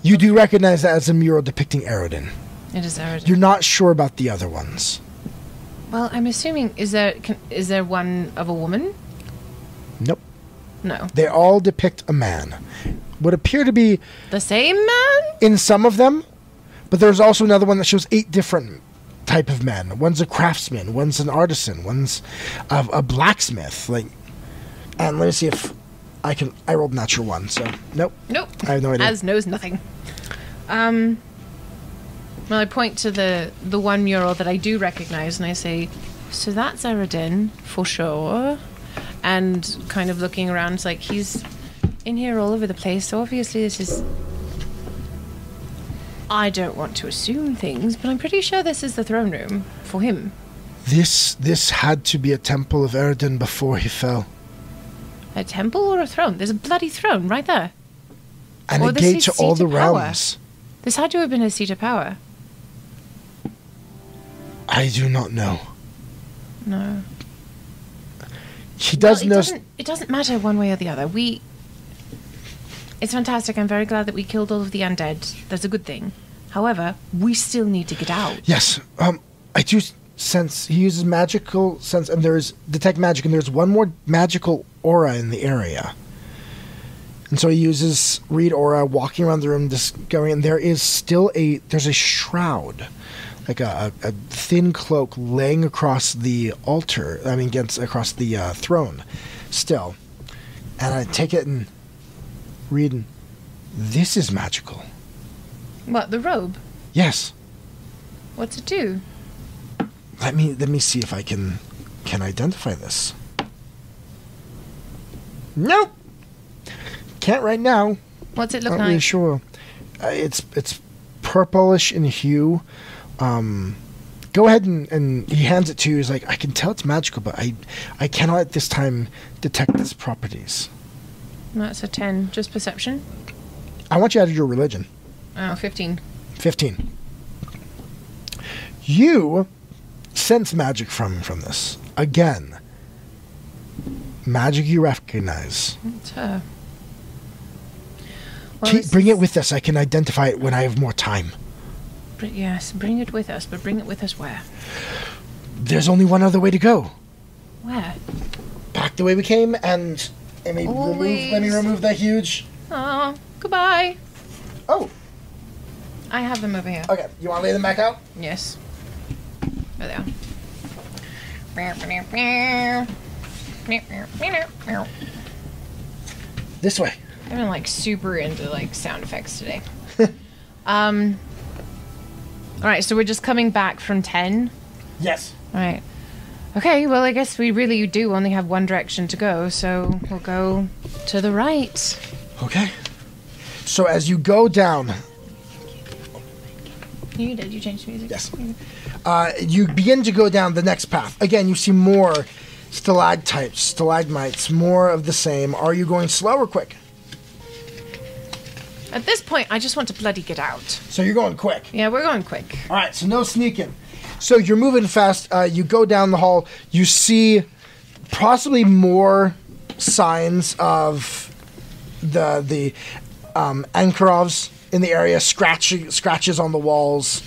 You do recognize that as a mural depicting Aerodin.
It is Aridin.
You're not sure about the other ones.
well, I'm assuming is there can, is there one of a woman?
Nope.
No.
They all depict a man. Would appear to be
The same man?
in some of them, but there's also another one that shows eight different type of men. One's a craftsman, one's an artisan, one's a, a blacksmith. Like, and let me see if I can. I rolled natural one, so nope.
Nope.
I have no idea.
As knows nothing. Um. Well, I point to the the one mural that I do recognize, and I say, "So that's Aradin for sure." And kind of looking around, it's like he's in here all over the place. So obviously, this is. I don't want to assume things, but I'm pretty sure this is the throne room for him.
This this had to be a temple of Erdan before he fell,
A temple or a throne? There's a bloody throne right there.
and
Well,
a
this
gate
is
to all
seat
the
of power.
realms.
This had to have been his seat of power.
I do not know.
No.
He does
well, it
know. s-
Doesn't, it doesn't matter one way or the other. We. It's fantastic. I'm very glad that we killed all of the undead. That's a good thing. However, we still need to get out.
Yes, um, I do s- sense he uses magical sense, and there is detect magic, and there's one more magical aura in the area. And so he uses read aura, walking around the room, discovering, and there is still a there's a shroud, like a, a, a thin cloak laying across the altar. I mean, against across the uh, throne, still. And I take it and read. and This is magical.
What, the robe?
Yes.
What's it do?
Let me let me see if I can can identify this. Nope. Can't right now.
What's it look
Not
like?
really sure. Uh, it's it's purplish in hue. Um, go ahead and, and he hands it to you. He's like, I can tell it's magical, but I I cannot at this time detect its properties.
That's a 10. Just perception?
I want you out of your religion.
Oh, 15.
15. You sense magic from from this. Again. Magic you recognize.
It's her.
Keep-
this
bring it
is-
with us. I can identify it when I have more time.
br- Yes, bring it with us, but bring it with us where?
There's only one other way to go.
Where?
Back the way we came and let me remove let me
Always.
remove that huge
Oh, goodbye.
Oh,
I have them over here.
okay. You wanna lay them back out?
Yes. There they are.
This way.
I've been like super into like sound effects today. um. All right, so we're just coming back from ten.
Yes.
All right. Okay. Well, I guess we really do only have one direction to go, so we'll go to the right.
Okay. So as you go down,
You did. You changed the music.
Yes. Uh, you begin to go down the next path. Again, you see more stalactites, stalagmites, more of the same. Are you going slow or quick?
At this point, I just want to bloody get out.
So you're going quick.
Yeah, we're going quick.
All right, so no sneaking. So you're moving fast. Uh, you go down the hall. You see possibly more signs of the the um, Ankarovs in the area, scratching scratches on the walls,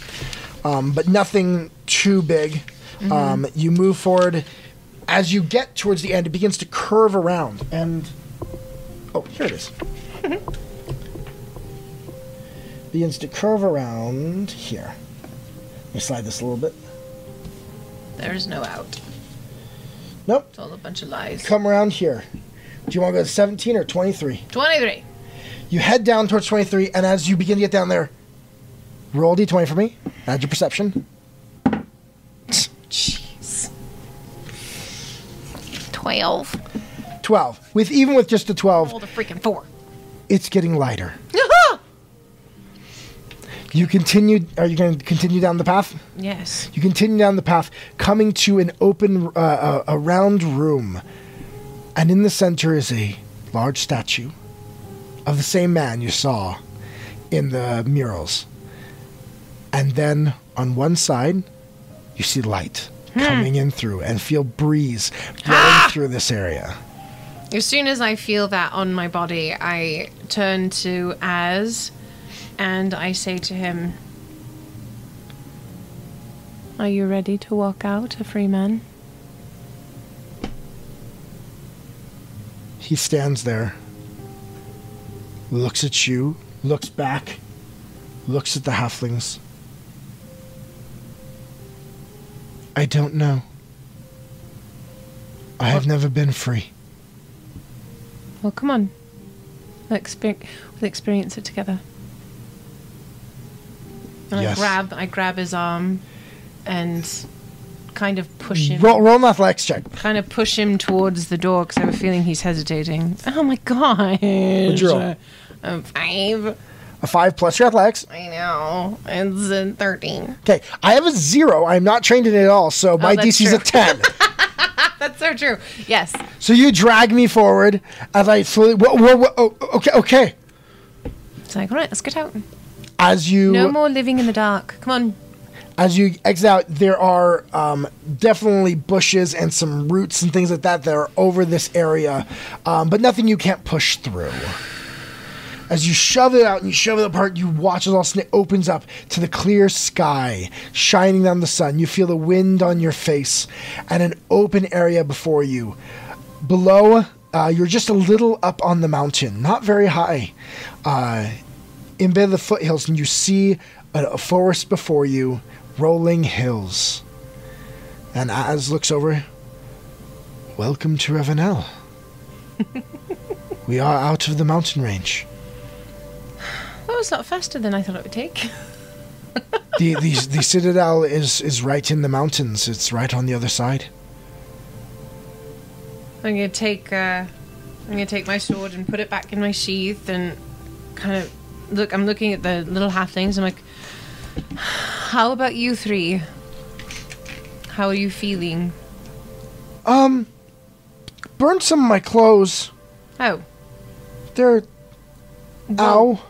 um, but nothing too big. Um, you move forward. As you get towards the end, it begins to curve around, and oh, here it is. begins to curve around here. Let me slide this a little bit.
There is no out.
Nope.
It's all a bunch of lies.
Come around here. Do you want to go to 17 or 23?
Twenty-three.
You head down towards 23, and as you begin to get down there, roll d20 for me. Add your perception.
Jeez.
12.
12. With even with just a 12,
All the freaking four.
it's getting lighter. You continue. Are you going to continue down the path?
yes.
You continue down the path, coming to an open, uh, a, a round room, and in the center is a large statue of the same man you saw in the murals. And then on one side, you see light coming in through, and feel breeze blowing through this area.
As soon as I feel that on my body, I turn to Az and I say to him, Are you ready to walk out, a free man?
He stands there, looks at you, looks back, looks at the halflings. I don't know. I have never been free.
Well, come on. We'll, exper- we'll experience it together. And
Yes.
I grab, I grab his arm, and kind of push him,
Roll, roll an athletics check.
kind of push him towards the door because I have a feeling he's hesitating. Oh my god!
What'd you roll?
Um, five.
A five plus your athletics.
I know. It's uh, in 13.
Okay, I have a zero. I am not trained in it at all, so my
Oh, that's
DC is a
true.
10.
That's so true. Yes.
so you drag me forward as I slowly. Whoa, whoa, whoa. Oh, okay, okay.
It's like, all right, let's get out.
As you
No more living in the dark. Come on.
as you exit out, there are um, definitely bushes and some roots and things like that that are over this area, um, but nothing you can't push through. As you shove it out and you shove it apart, you watch as all sn- opens up to the clear sky, shining down the sun. You feel the wind on your face and an open area before you. Below, uh, you're just a little up on the mountain, not very high. Uh, in bed of the foothills and you see a, a forest before you, rolling hills. And Az looks over. Welcome to Revenel. we are out of the mountain range.
That was a lot faster than I thought it would take.
The, the, the citadel is, is right in the mountains. It's right on the other side.
I'm gonna take uh, I'm gonna take my sword and put it back in my sheath and kind of look. I'm looking at the little halflings. I'm like, how about you three? How are you feeling?
Um, burned some of my clothes.
Oh,
They're, ow.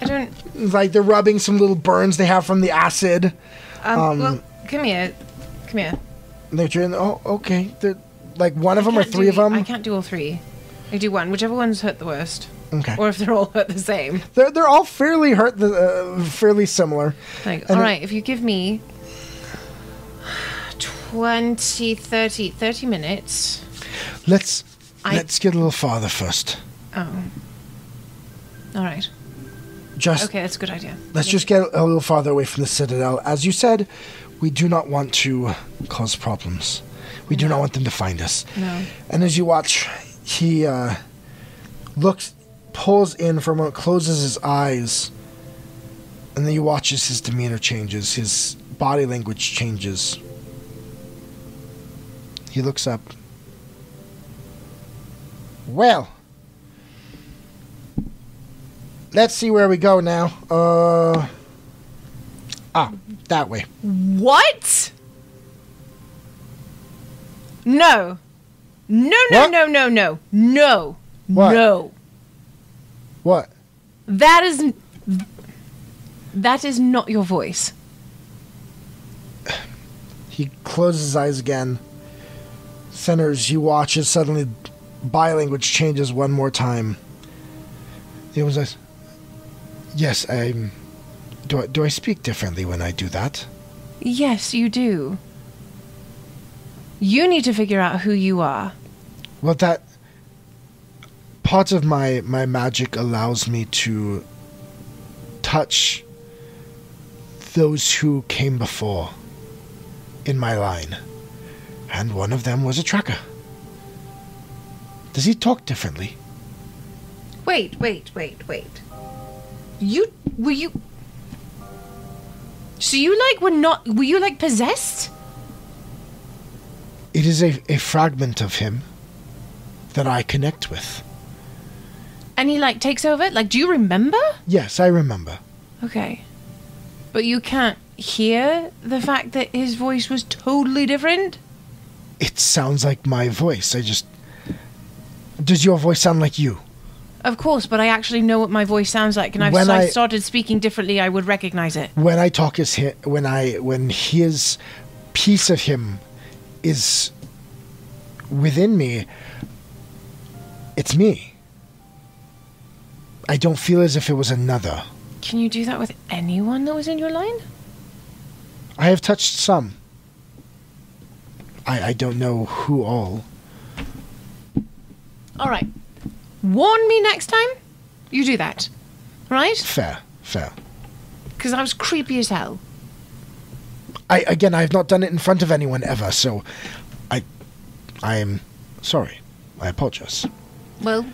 I don't.
Like they're rubbing some little burns they have from the acid.
Um, well, come here, come here.
They're trying, oh, okay. They're, like one of them or
Can't do
three of
the-
them?
I can't do all three. I do one. Whichever one's hurt the worst,
Okay.
or if they're all hurt the same.
They're they're all fairly hurt, uh, fairly similar.
Like,
And
all
it-
right, if you give me 20, 30, 30 minutes.
Let's
I-
let's get a little farther first.
Oh. All right.
Just
Okay, that's a good idea.
let's just get a little farther away from the citadel. As you said, we do not want to cause problems. We do
Uh-huh.
not want them to find us.
No.
And as you watch, he uh, looks, pulls in for a moment, closes his eyes, and then you watch as his demeanor changes, his body language changes. He looks up. Well, let's see where we go now. Uh, ah, that way.
What? No. No, no,
What?
no, no, no. No.
What?
No.
What?
That is n- that is not your voice.
He closes his eyes again. Centers, you watch as suddenly body language changes one more time. He opens his eyes. Yes, I'm. Do I, do I speak differently when I do that?
Yes, you do. You need to figure out who you are.
Well, that. Part of my, my magic allows me to touch those who came before in my line. And one of them was a tracker. Does he talk differently?
Wait, wait, wait, wait. You were you So you like were not were you like possessed?
It is a, a fragment of him that I connect with.
And he like takes over? Like do you remember?
Yes, I remember.
Okay. But you can't hear the fact that his voice was totally different?
It sounds like my voice. I just. Does your voice sound like you?
Of course, but I actually know what my voice sounds like, and I've,
When
so
I-
I've started speaking differently, I would recognize it.
When I talk as him, when I when his piece of him is within me, it's me. I don't feel as if it was another.
Can you do that with anyone that was in your line?
I have touched some. I, I don't know who all.
All right. Warn me next time you do that. Right?
Fair, fair.
Because I was creepy as hell.
I again, I have not done it in front of anyone ever, so I, I am sorry. I apologize.
Well,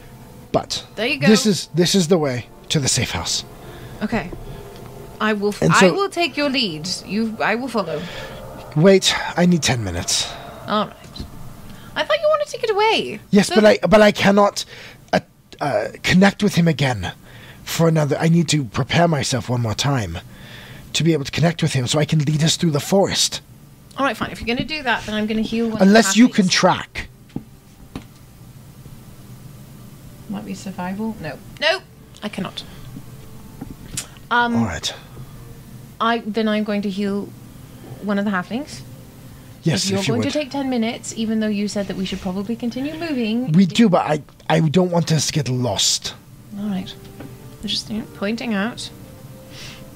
But
There you go.
This is this is the way to the safe house.
okay. I will. F-
And
I
so-
will take your lead. You. I will follow.
Wait, I need ten minutes.
All right. I thought you wanted to get away.
Yes,
So-
but I but I cannot uh, uh, connect with him again. for another. I need to prepare myself one more time to be able to connect with him so I can lead us through the forest.
All right, fine. If you're going to do that, then I'm going to heal one. of the
Unless you can
athletes.
track.
Might be survival. No, no, I cannot. Um,
All right.
I then I'm going to heal one of the halflings.
Yes,
if you're
if you
going
would.
to take ten minutes, even though you said that we should probably continue moving.
we do, but I, I don't want us to get lost.
All right. I'm just you know, pointing out.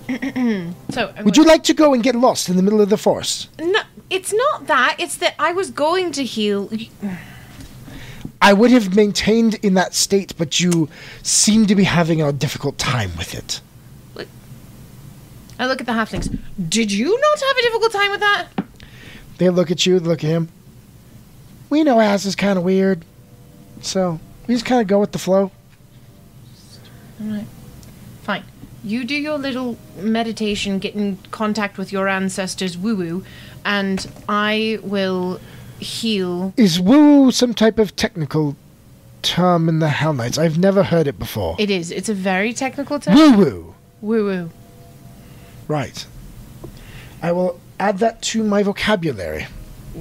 so I'm
Would you
going-
like to go and get lost in the middle of the forest?
No, it's not that. It's that I was going to heal.
I would have maintained in that state, but you seem to be having a difficult time with it.
I look at the halflings. Did you not have a difficult time with that?
They look at you, they look at him. We know ass is kind of weird, so we just kind of go with the flow.
All right. Fine. You do your little meditation, get in contact with your ancestors, woo woo, and I will heal.
Is woo some type of technical term in the Hell Knights? I've never heard it before.
It is. It's a very technical term.
Woo woo.
Woo woo.
Right. I will add that to my vocabulary.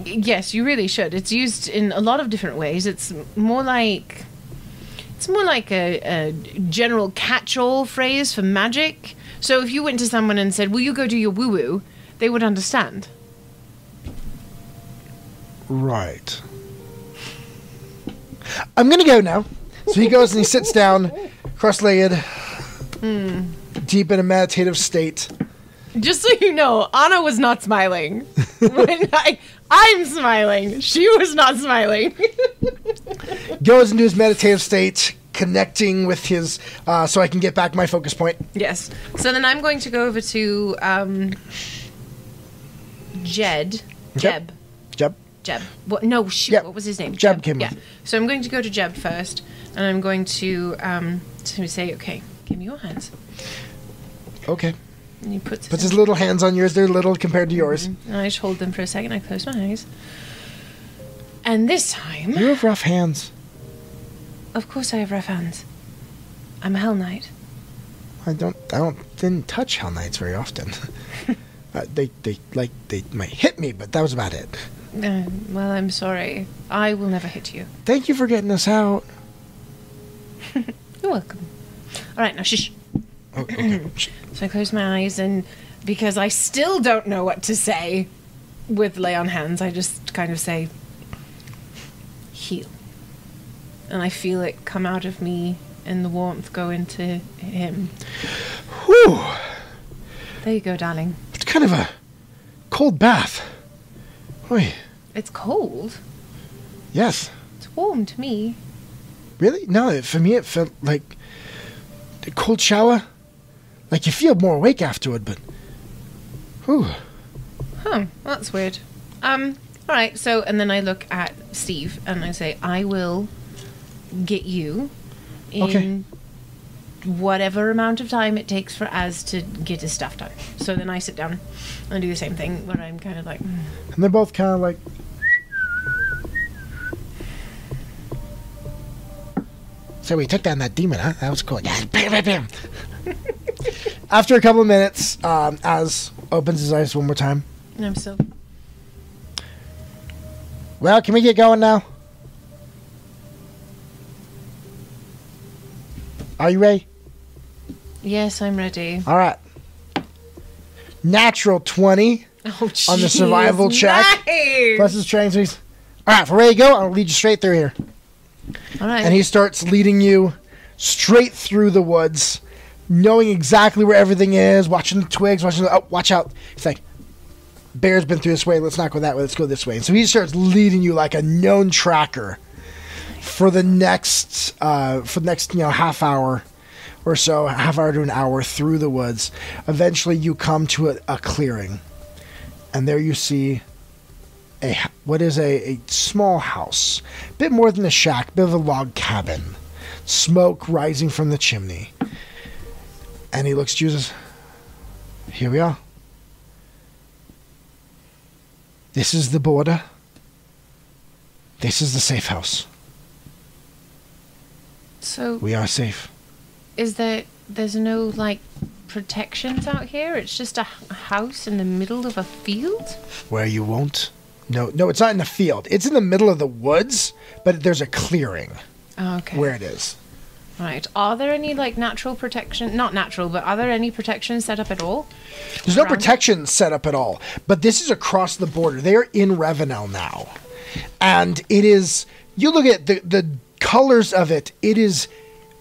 Yes, you really should. It's used in a lot of different ways. It's more like it's more like a, a general catch-all phrase for magic. So if you went to someone and said, "Will you go do your woo woo?" they would understand.
Right. I'm gonna go now. So he goes and he sits down, cross-legged, deep in a meditative state.
Just so you know, Anna was not smiling. when I, I'm smiling. She was not smiling.
Goes into his meditative state, connecting with his, uh, so I can get back my focus point.
yes. So then I'm going to go over to um, Jed. Jeb.
Jeb.
Jeb. What? No, shoot.
Yep.
What was his name?
Jeb came
Yeah.
with.
So I'm going to go to Jeb first, and I'm going to um, to say, okay, give me your hands.
Okay.
And he puts.
Puts
in-
his little hands on yours. They're little compared to yours.
and I just hold them for a second. I close my eyes. And this time,
You have rough hands.
of course, I have rough hands. I'm a Hell Knight.
I don't. I don't. Didn't touch Hell Knights very often. uh, they. They like. They might hit me, but that was about it.
Uh, well, I'm sorry. I will never hit you.
Thank you for getting us out.
You're welcome. All right, now shh.
Oh, okay.
So I close my eyes, and because I still don't know what to say with lay on hands, I just kind of say, heal. And I feel it come out of me and the warmth go into him.
Whew.
There you go, darling.
It's kind of a cold bath. Oi,
It's cold.
yes.
It's warm to me.
Really? No, it- for me it felt like a cold shower. Like you feel more awake afterward, but. Whew.
Huh, that's weird. Um, all right, so, and then I look at Steve and I say, I will get you in
Okay.
whatever amount of time it takes for Az to get his stuff done. So then I sit down and do the same thing where I'm kind of like, "Mm,
And they're both kind of like. So we took down that demon, huh? That was cool. Yeah, bam, bam, bam. After a couple of minutes, um, Az opens his eyes one more time.
and I'm still,
Well, can we get going now? Are you ready?
yes, I'm ready.
All right. Natural 20
Oh,
on the survival check.
Nice.
Plus his training. so he's- All right, if we're ready to go, I'll lead you straight through here.
All right.
And he starts leading you straight through the woods, knowing exactly where everything is, watching the twigs, watching the. Oh, watch out. He's like, Bear's been through this way. Let's not go that way. Let's go this way. And so he starts leading you like a known tracker for the next uh, for the next you know half hour or so, half hour to an hour through the woods. Eventually, you come to a, a clearing, and there you see a h- what is a, a small house, bit more than a shack, bit of a log cabin. Smoke rising from the chimney, and he looks at you and says, "Here we are." This is the border. This is the safe house.
so,
We are safe.
is there There's no like protections out here. It's just a h- house in the middle of a field.
Where you won't. No, no, it's not in the field. It's in the middle of the woods, but there's a clearing
Okay.
where it is.
Right. Are there any like natural protection? Not natural, but are there any protections set up at all?
There's no
Around it?
protection set up at all, but this is across the border. They are in Revenel now. And it is, you look at the, the colors of it, it is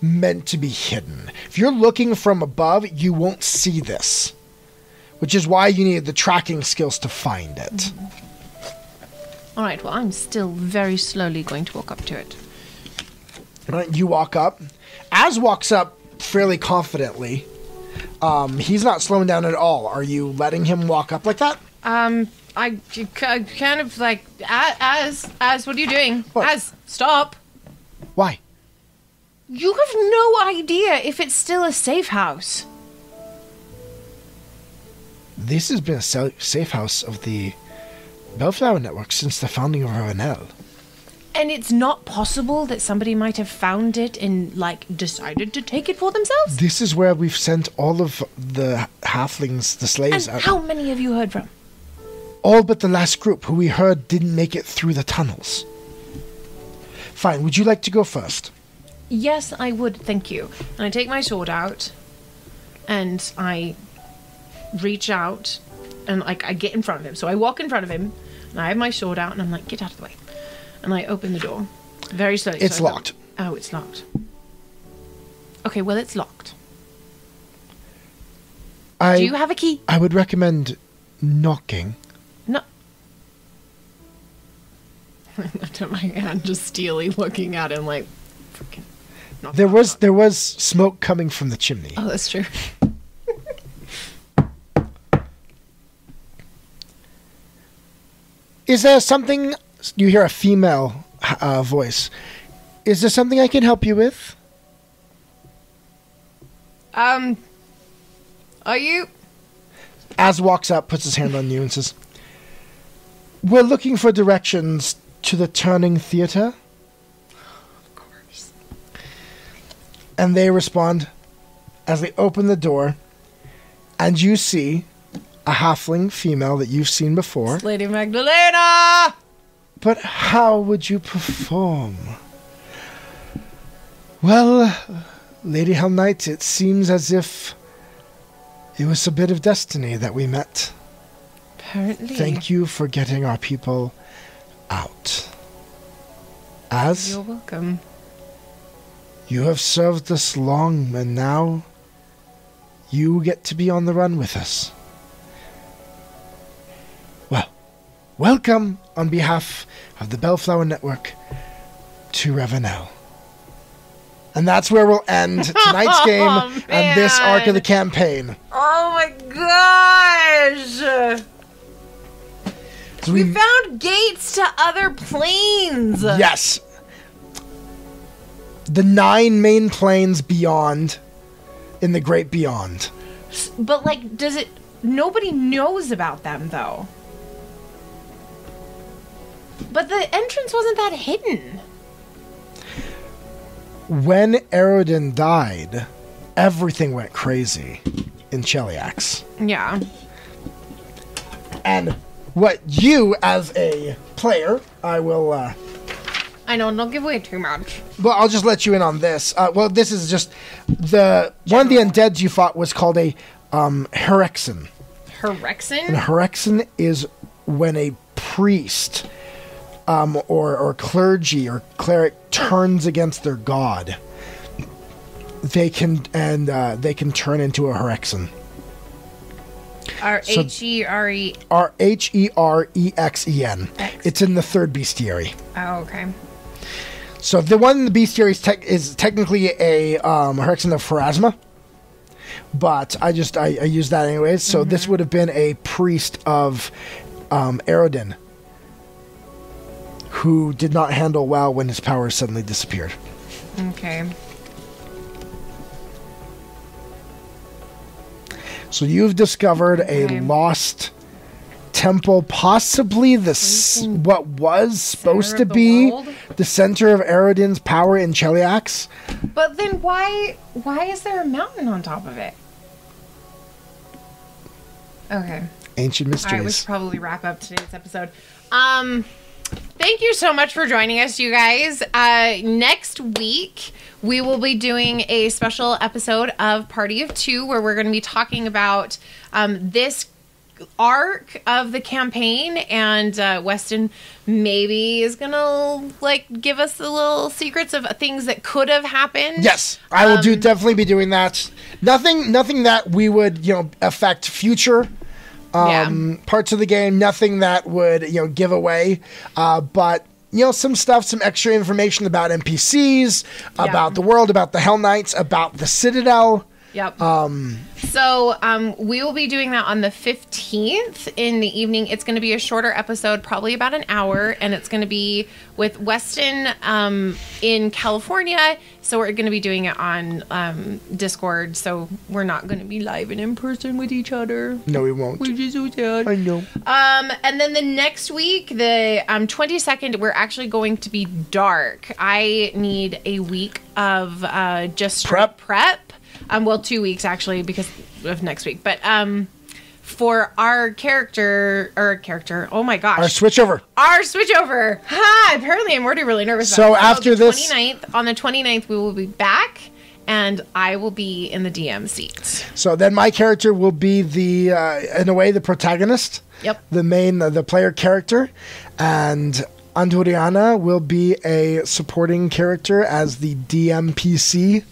meant to be hidden. If you're looking from above, you won't see this, which is why you need the tracking skills to find it.
Mm-hmm. All right. Well, I'm still very slowly going to walk up to it.
Right, You walk up. Az walks up fairly confidently. Um, he's not slowing down at all. Are you letting him walk up like that?
Um, I c- c- kind of like A- as as what are you doing?
What?
As stop.
Why?
You have no idea if it's still a safe house.
This has been a sa- safe house of the Bellflower Network since the founding of Ravenel.
And it's not possible that somebody might have found it and like decided to take it for themselves.
This is where we've sent all of the halflings, the
And
slaves, out.
how many have you heard from?
all but the last group who we heard didn't make it through the tunnels. Fine, would you like to go first?
Yes, I would, thank you. And I take my sword out and I reach out and like I get in front of him. So I walk in front of him and I have my sword out and I'm like, get out of the way. And I open the door very slowly.
It's
I go-
locked.
oh, it's locked. Okay, well, it's locked.
I,
Do you have a key?
I would recommend knocking.
No. I left out my hand just steely looking at him like, freaking. knock,
There
knock,
was
knock.
there was smoke coming from the chimney.
Oh, that's true.
Is there something you hear a female uh, voice? Is there something I can help you with?
Um, are you?
Az walks up, puts his hand on you, and says, "We're looking for directions to the Turning Theater." And they respond as they open the door, and you see a halfling female that you've seen before.
Lady Magdalena!
But how would you perform? Well, Lady Hell Knight, it seems as if it was a bit of destiny that we met.
Apparently.
Thank you for getting our people out. As
You're welcome.
you have served us long, and now you get to be on the run with us. Well, welcome on behalf of the Bellflower Network to Revenel. And that's where we'll end tonight's game
Oh,
and this arc of the
man.
campaign.
Oh my gosh!
So
We found gates to other planes!
Yes. The nine main planes beyond, in the great beyond.
But, like, does it. Nobody knows about them, though. But the entrance wasn't that hidden.
When Aerodin died, everything went crazy in Cheliax.
Yeah.
And what you, as a player, I will. Uh,
I know, don't give away too much.
well, I'll just let you in on this. Uh, well, this is just the one of the undeads you fought was called a um, Herexin.
Herexin?
Herexin is when a priest um, or, or clergy or cleric turns against their god. They can and uh, they can turn into a Herexin.
R H E R E.
R H E R E X E N.
Ex.
It's in the third bestiary.
Oh, okay.
So the one in the bestiary is, tec- is technically a um, Herexin of Pharasma, but I just I, I use that anyways. So
Mm-hmm.
this would have been a priest of um, Aerodin who did not handle well when his powers suddenly disappeared.
Okay.
So you've discovered a
Okay.
lost temple, possibly the s- what was supposed to
of the
be
world?
the center of Aerodin's power in Cheliax.
But then why why is there a mountain on top of it? Okay.
Ancient
All right, we
mysteries.
should probably wrap up today's episode. Um, thank you so much for joining us, you guys. Uh, next week we will be doing a special episode of Party of Two, where we're going to be talking about um, this arc of the campaign, and uh, Weston maybe is going to like give us the little secrets of things that could have happened.
Yes, I will do definitely be doing that. Nothing, nothing that we would you know affect future um, parts of the game. Nothing that would you know give away, uh, but you know some stuff, some extra information about NPCs, about the world, about the Hell Knights, about the Citadel.
Yep. Um, so um, we will be doing that on the 15th in the evening. It's going to be a shorter episode, probably about an hour, and it's going to be with Weston um, in California. So we're going to be doing it on um, Discord. So we're not going to be live and in person with each other,
No, we won't.
Which is so sad.
I know.
um, and then the next week, the um, 22nd, we're actually going to be dark. I need a week of uh, just straight
Prep.
Prep. Um, well, two weeks actually because of next week. But um, for our character, or character, oh my gosh,
Our switchover.
our switchover. Ha! Apparently, I'm already really nervous.
So
about it. Oh,
after
the
this-
29th, on the 29th, we will be back, and I will be in the DM seat.
So then my character will be the, uh, in a way, the protagonist.
Yep.
The main, the, the player character. And Anduriana will be a supporting character as the DMPC,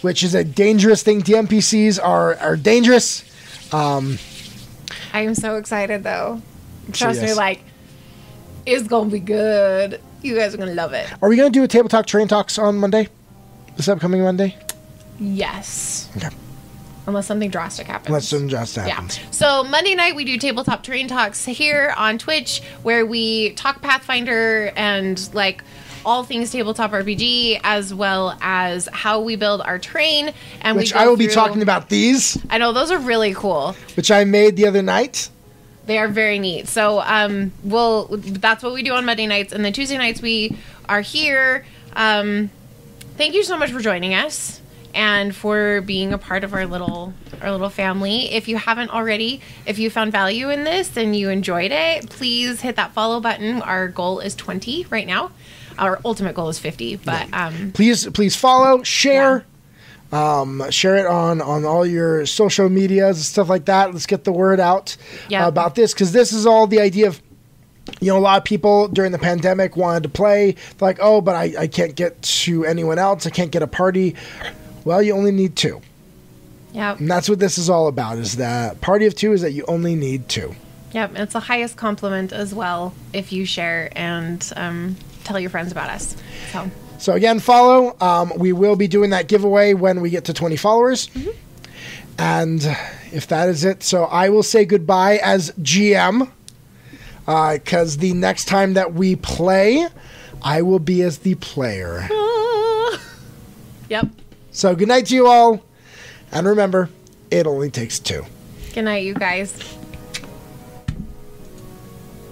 which is a dangerous thing. DMPCs are, are dangerous.
I am so excited though.
sure
Trust me,
yes.
like it's gonna be good. You guys are gonna love it.
Are we going to do a table talk train talks on Monday? This upcoming Monday?
Yes.
Okay.
Unless something drastic happens.
Let's assume just
yeah.
happens.
So Monday night we do tabletop terrain talks here on Twitch where we talk Pathfinder and like all things tabletop RPG as well as how we build our terrain and
Which
we go
I will be
through-
talking about these,
I know those are really cool.
which I made the other night.
They are very neat. So, um, we'll that's what we do on Monday nights, and then Tuesday nights we are here. Um, thank you so much for joining us and for being a part of our little our little family. If you haven't already, if you found value in this and you enjoyed it, please hit that follow button. Our goal is twenty right now. Our ultimate goal is fifty, but um,
please please follow share um, share it on on all your social medias and stuff like that let's get the word out
Yeah.
uh, about this because this is all the idea of you know a lot of people during the pandemic wanted to play They're like oh but I, I can't get to anyone else i can't get a party well you only need two
yeah.
and that's what this is all about is that party of two is that you only need two
Yep, it's the highest compliment as well if you share and um, tell your friends about us. So,
So again, follow. Um, we will be doing that giveaway when we get to 20 followers. And if that is it, so I will say goodbye as GM. Because the next time that we play, I will be as the player.
yep.
So good night to you all. And remember, it only takes two.
Good night, you guys.